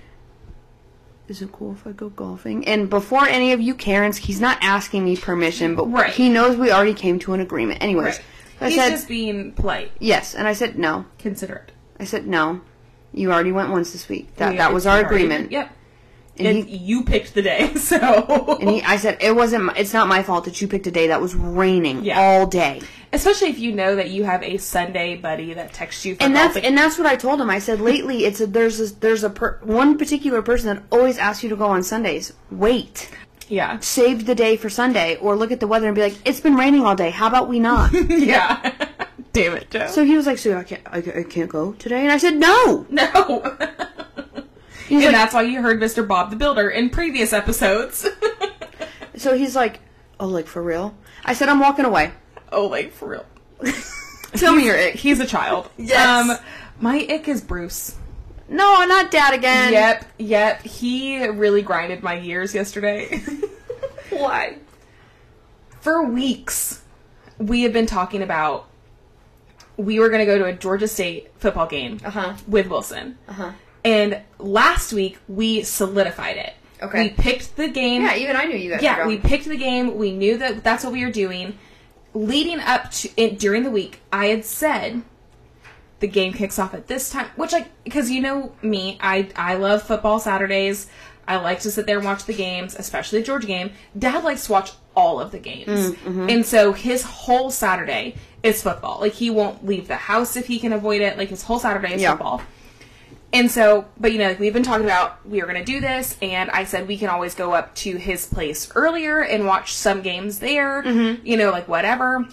S1: "Is it cool if I go golfing?" And before any of you Karens, he's not asking me permission, but
S2: Right.
S1: he knows we already came to an agreement. Anyways,
S2: Right.
S1: I
S2: He's
S1: said,
S2: just being polite,
S1: Yes, and I said no.
S2: considerate.
S1: I said no. You already went once this week. That
S2: We-
S1: that was our
S2: we already-
S1: agreement.
S2: Yep.
S1: And,
S2: And
S1: he,
S2: you picked the day, so
S1: and he, I said it wasn't. My, it's not my fault that you picked a day that was raining
S2: Yeah.
S1: all day.
S2: especially if you know that you have a Sunday buddy that texts you. For
S1: And that's
S2: golfing.
S1: and that's what I told him. I said lately, it's a, there's a, there's a per, one particular person that always asks you to go on Sundays. Wait,
S2: yeah,
S1: save the day for Sunday, or look at the weather and be like, it's been raining all day. How about we not?
S2: yeah. Damn it, Joe.
S1: so he was like, so I can't I, I can't go today. And I said no.
S2: no.
S1: He's
S2: and
S1: like-
S2: that's why you heard Mr. Bob the Builder in previous episodes.
S1: so he's like, oh, like for real? I said I'm walking away.
S2: oh, like for real.
S1: Tell me your ick.
S2: He's a child. Um,
S1: Yes.
S2: my ick is Bruce.
S1: No, not dad again.
S2: Yep, yep. He really grinded my gears yesterday.
S1: Why?
S2: For weeks, we have been talking about we were going to go to a Georgia State football game
S1: Uh-huh.
S2: with Wilson.
S1: Uh-huh.
S2: And last week, we solidified it.
S1: Okay.
S2: We picked the game.
S1: Yeah, even I knew you guys.
S2: Yeah, we picked the game. We knew that that's what we were doing. Leading up to it during the week, I had said the game kicks off at this time, which like because you know me, I I love football Saturdays. I like to sit there and watch the games, especially the Georgia game. Dad likes to watch all of the
S1: Mm,
S2: games,
S1: mm-hmm.
S2: and so his whole Saturday is football. Like he won't leave the house if he can avoid it. Like his whole Saturday is
S1: Yeah.
S2: football. And so, but you know, like we've been talking about we are going to do this, and I said we can always go up to his place earlier and watch some games there, you know, like whatever,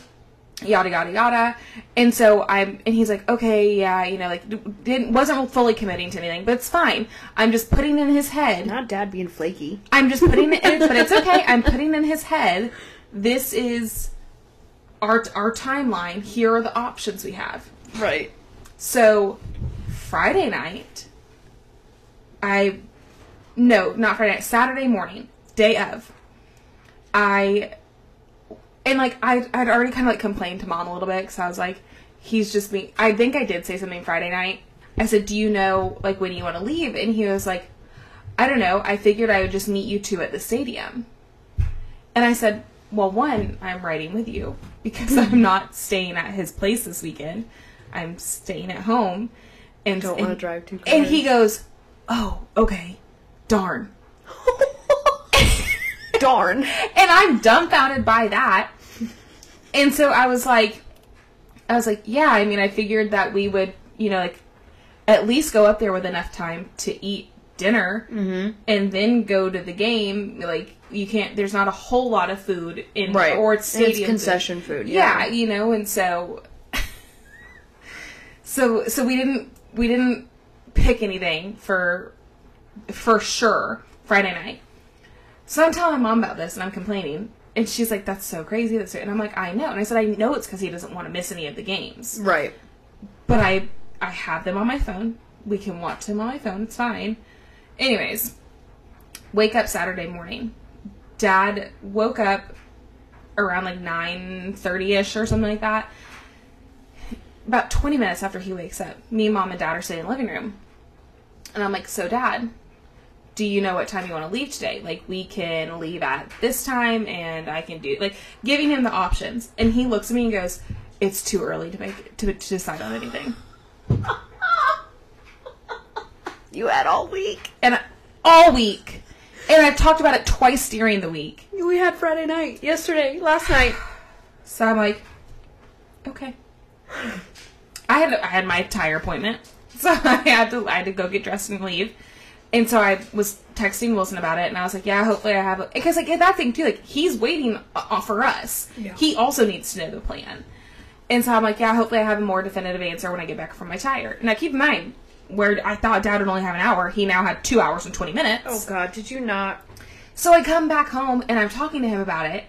S2: yada yada yada. And so I'm, and he's like, okay, yeah, you know, like d- didn't wasn't fully committing to anything, but it's fine. I'm just putting in his head.
S1: Not dad being flaky.
S2: I'm just putting it, in, but it's okay. I'm putting in his head. This is our our timeline. Here are the options we have.
S1: Right.
S2: So Friday night, I no, not Friday night, Saturday morning, day of, I and like I I'd already kind of like complained to mom a little bit because I was like, he's just being. I think I did say something Friday night. I said, do you know like when you want to leave? And he was like, I don't know. I figured I would just meet you two at the stadium. And I said, Well, one, I'm riding with you because I'm not staying at his place this weekend. I'm staying at home. And
S1: Don't
S2: and-
S1: wanna drive too
S2: And he goes, Oh, okay. Darn.
S1: Darn.
S2: And I'm dumbfounded by that. And so I was like, I was like, yeah, I mean, I figured that we would, you know, like at least go up there with enough time to eat dinner
S1: Mm-hmm.
S2: and then go to the game. Like, you can't, there's not a whole lot of food in, or it's stadium food.
S1: concession food.
S2: Yeah, you know, and so, so, so we didn't, we didn't pick anything for, for sure Friday night. So I'm telling my mom about this and I'm complaining. And she's like, that's so crazy. That's so-" And I'm like, I know. And I said, I know it's because he doesn't want to miss any of the games.
S1: Right.
S2: But I, I have them on my phone. We can watch them on my phone. It's fine. Anyways, wake up Saturday morning. Dad woke up around like 9.30ish or something like that. about 20 minutes after he wakes up, me, mom, and dad are sitting in the living room. And I'm like, so dad, do you know what time you want to leave today? Like, we can leave at this time and I can do, like, giving him the options. And he looks at me and goes, it's too early to make, to, to decide on anything.
S1: You had all week.
S2: And I, all week. And I've talked about it twice during the week.
S1: We had Friday night, yesterday, last night.
S2: So I'm like, okay. I had I had my tire appointment, so I had to I had to go get dressed and leave. And so I was texting Wilson about it, and I was like, "Yeah, hopefully I have." Because like that thing too, like he's waiting uh, for us.
S1: Yeah.
S2: He also needs to know the plan. And so I'm like, "Yeah, hopefully I have a more definitive answer when I get back from my tire." Now keep in mind, where I thought Dad would only have an hour, he now had two hours and twenty minutes.
S1: Oh God, did you not?
S2: So I come back home and I'm talking to him about it,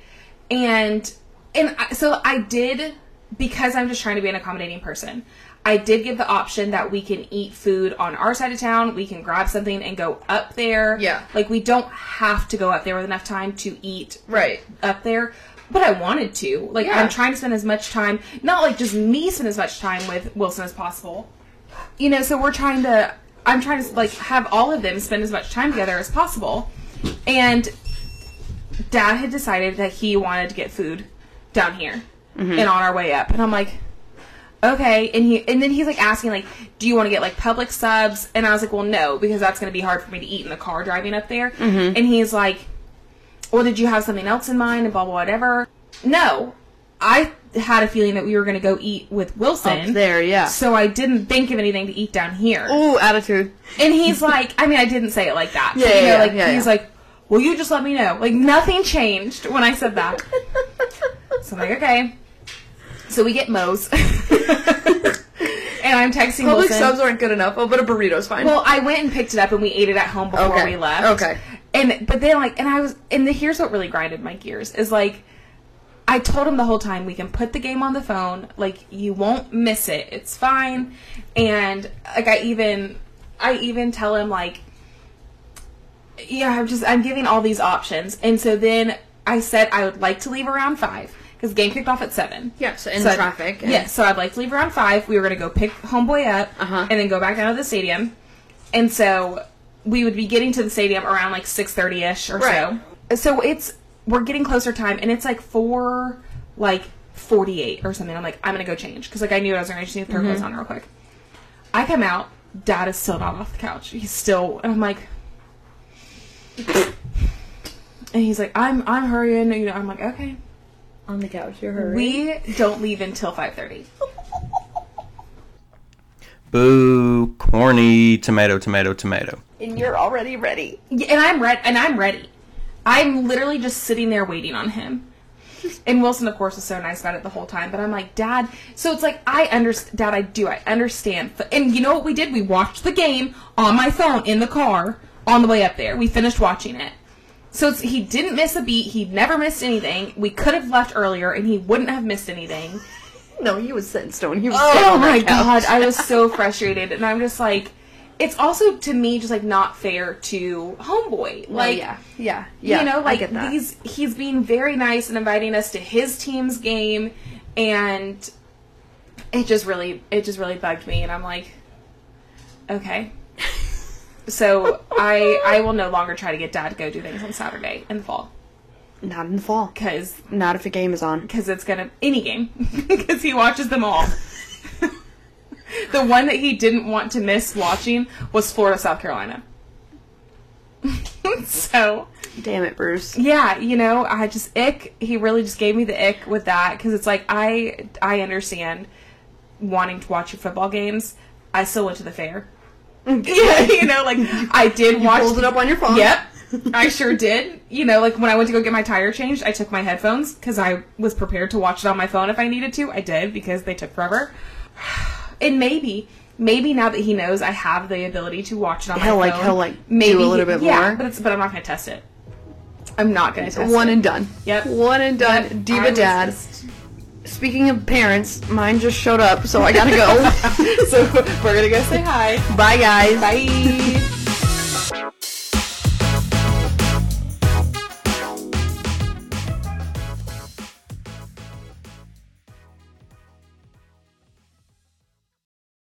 S2: and and I, so I did because I'm just trying to be an accommodating person. I did give the option that we can eat food on our side of town. We can grab something and go up there.
S1: Yeah.
S2: like we don't have to go up there with enough time to eat
S1: Right.
S2: up there. But I wanted to. Like
S1: Yeah.
S2: I'm trying to spend as much time, not like just me spend as much time with Wilson as possible. You know, so we're trying to. I'm trying to like have all of them spend as much time together as possible. And Dad had decided that he wanted to get food down here and on our way up, and I'm like. Okay, and he and then he's like asking like, do you want to get like public subs? And I was like, well, no, because that's going to be hard for me to eat in the car driving up there.
S1: Mm-hmm.
S2: And he's like, or did you have something else in mind and blah blah whatever no i had a feeling that we were going to go eat with wilson
S1: Up there, yeah. Oh.
S2: so i didn't think of anything to eat down here
S1: Ooh, attitude.
S2: and he's like i mean i didn't say it like that but,
S1: Yeah,
S2: you
S1: yeah,
S2: know,
S1: yeah,
S2: like
S1: yeah,
S2: he's
S1: yeah.
S2: like well you just let me know like nothing changed when i said that so i'm like okay so we get moe's and i'm texting
S1: Public
S2: wilson
S1: subs aren't good enough. Oh, but a burrito's fine.
S2: well, I went and picked it up and we ate it at home before
S1: Okay.
S2: we left.
S1: Okay.
S2: And but then like and I was and the, here's what really grinded my gears is like I told him the whole time we can put the game on the phone, like you won't miss it. It's fine. And like I even I even tell him like yeah, I'm just I'm giving all these options. And so then I said I would like to leave around 5 cuz game kicked off at 7.
S1: yeah, so in
S2: So I'd-
S1: traffic. and-
S2: yeah, so I'd like to leave around five. We were gonna go pick homeboy up
S1: Uh-huh.
S2: and then go back down to the stadium. And so we would be getting to the stadium around like six thirty ish or
S1: Right.
S2: so. So it's we're getting closer time, and it's like four like forty eight or something. I'm like I'm gonna go change because like I knew I was gonna just need to throw clothes on real quick. I come out. Dad is still not off the couch. He's still, and I'm like, and he's like, I'm I'm hurrying. You know, I'm like, okay.
S1: On the couch, you're hurrying.
S2: We don't leave until five thirty.
S3: Boo, corny, tomato, tomato, tomato.
S1: and you're already ready.
S2: Yeah, and I'm ready. And I'm ready. I'm literally just sitting there waiting on him. And Wilson, of course, was so nice about it the whole time. But I'm like, Dad. So it's like I understand, Dad. I do. I understand. F- And you know what we did? We watched the game on my phone in the car on the way up there. We finished watching it. So it's, he didn't miss a beat. He never missed anything. We could have left earlier, and he wouldn't have missed anything.
S1: No, he was set in stone. He was sitting
S2: Oh
S1: on
S2: my
S1: that couch.
S2: god, I was so frustrated, and I'm just like, it's also to me just like not fair to homeboy.
S1: Well,
S2: Like,
S1: yeah, yeah, yeah.
S2: you know, like
S1: I get that.
S2: he's he's being very nice and inviting us to his team's game, and it just really it just really bugged me, and I'm like, okay. So I I will no longer try to get dad to go do things on Saturday in the fall
S1: Not in the fall.
S2: because
S1: Not if a game is on.
S2: because it's gonna any game because he watches them all. the one that he didn't want to miss watching was Florida South Carolina. so
S1: Damn it, Bruce.
S2: yeah, you know, I just ick. He really just gave me the ick with that because it's like I I understand wanting to watch your football games. I still went to the fair. yeah, you know, like I did watch.
S1: Hold it up on your phone.
S2: Yep, I sure did. You know, like when I went to go get my tire changed, I took my headphones because I was prepared to watch it on my phone if I needed to. I did because they took forever. And maybe, maybe now that he knows I have the ability to watch it on
S1: He'll,
S2: my
S1: like-
S2: phone,
S1: he'll, like, do
S2: maybe
S1: a little
S2: he-
S1: bit
S2: yeah,
S1: more.
S2: But it's but I'm not gonna test it. I'm not gonna test
S1: One
S2: it.
S1: and done.
S2: Yep.
S1: One and done. Diva
S2: I was
S1: dad.
S2: just-
S1: Speaking of parents, mine just showed up, so I gotta go. so we're gonna go say
S2: Say hi.
S1: bye, guys.
S2: Bye.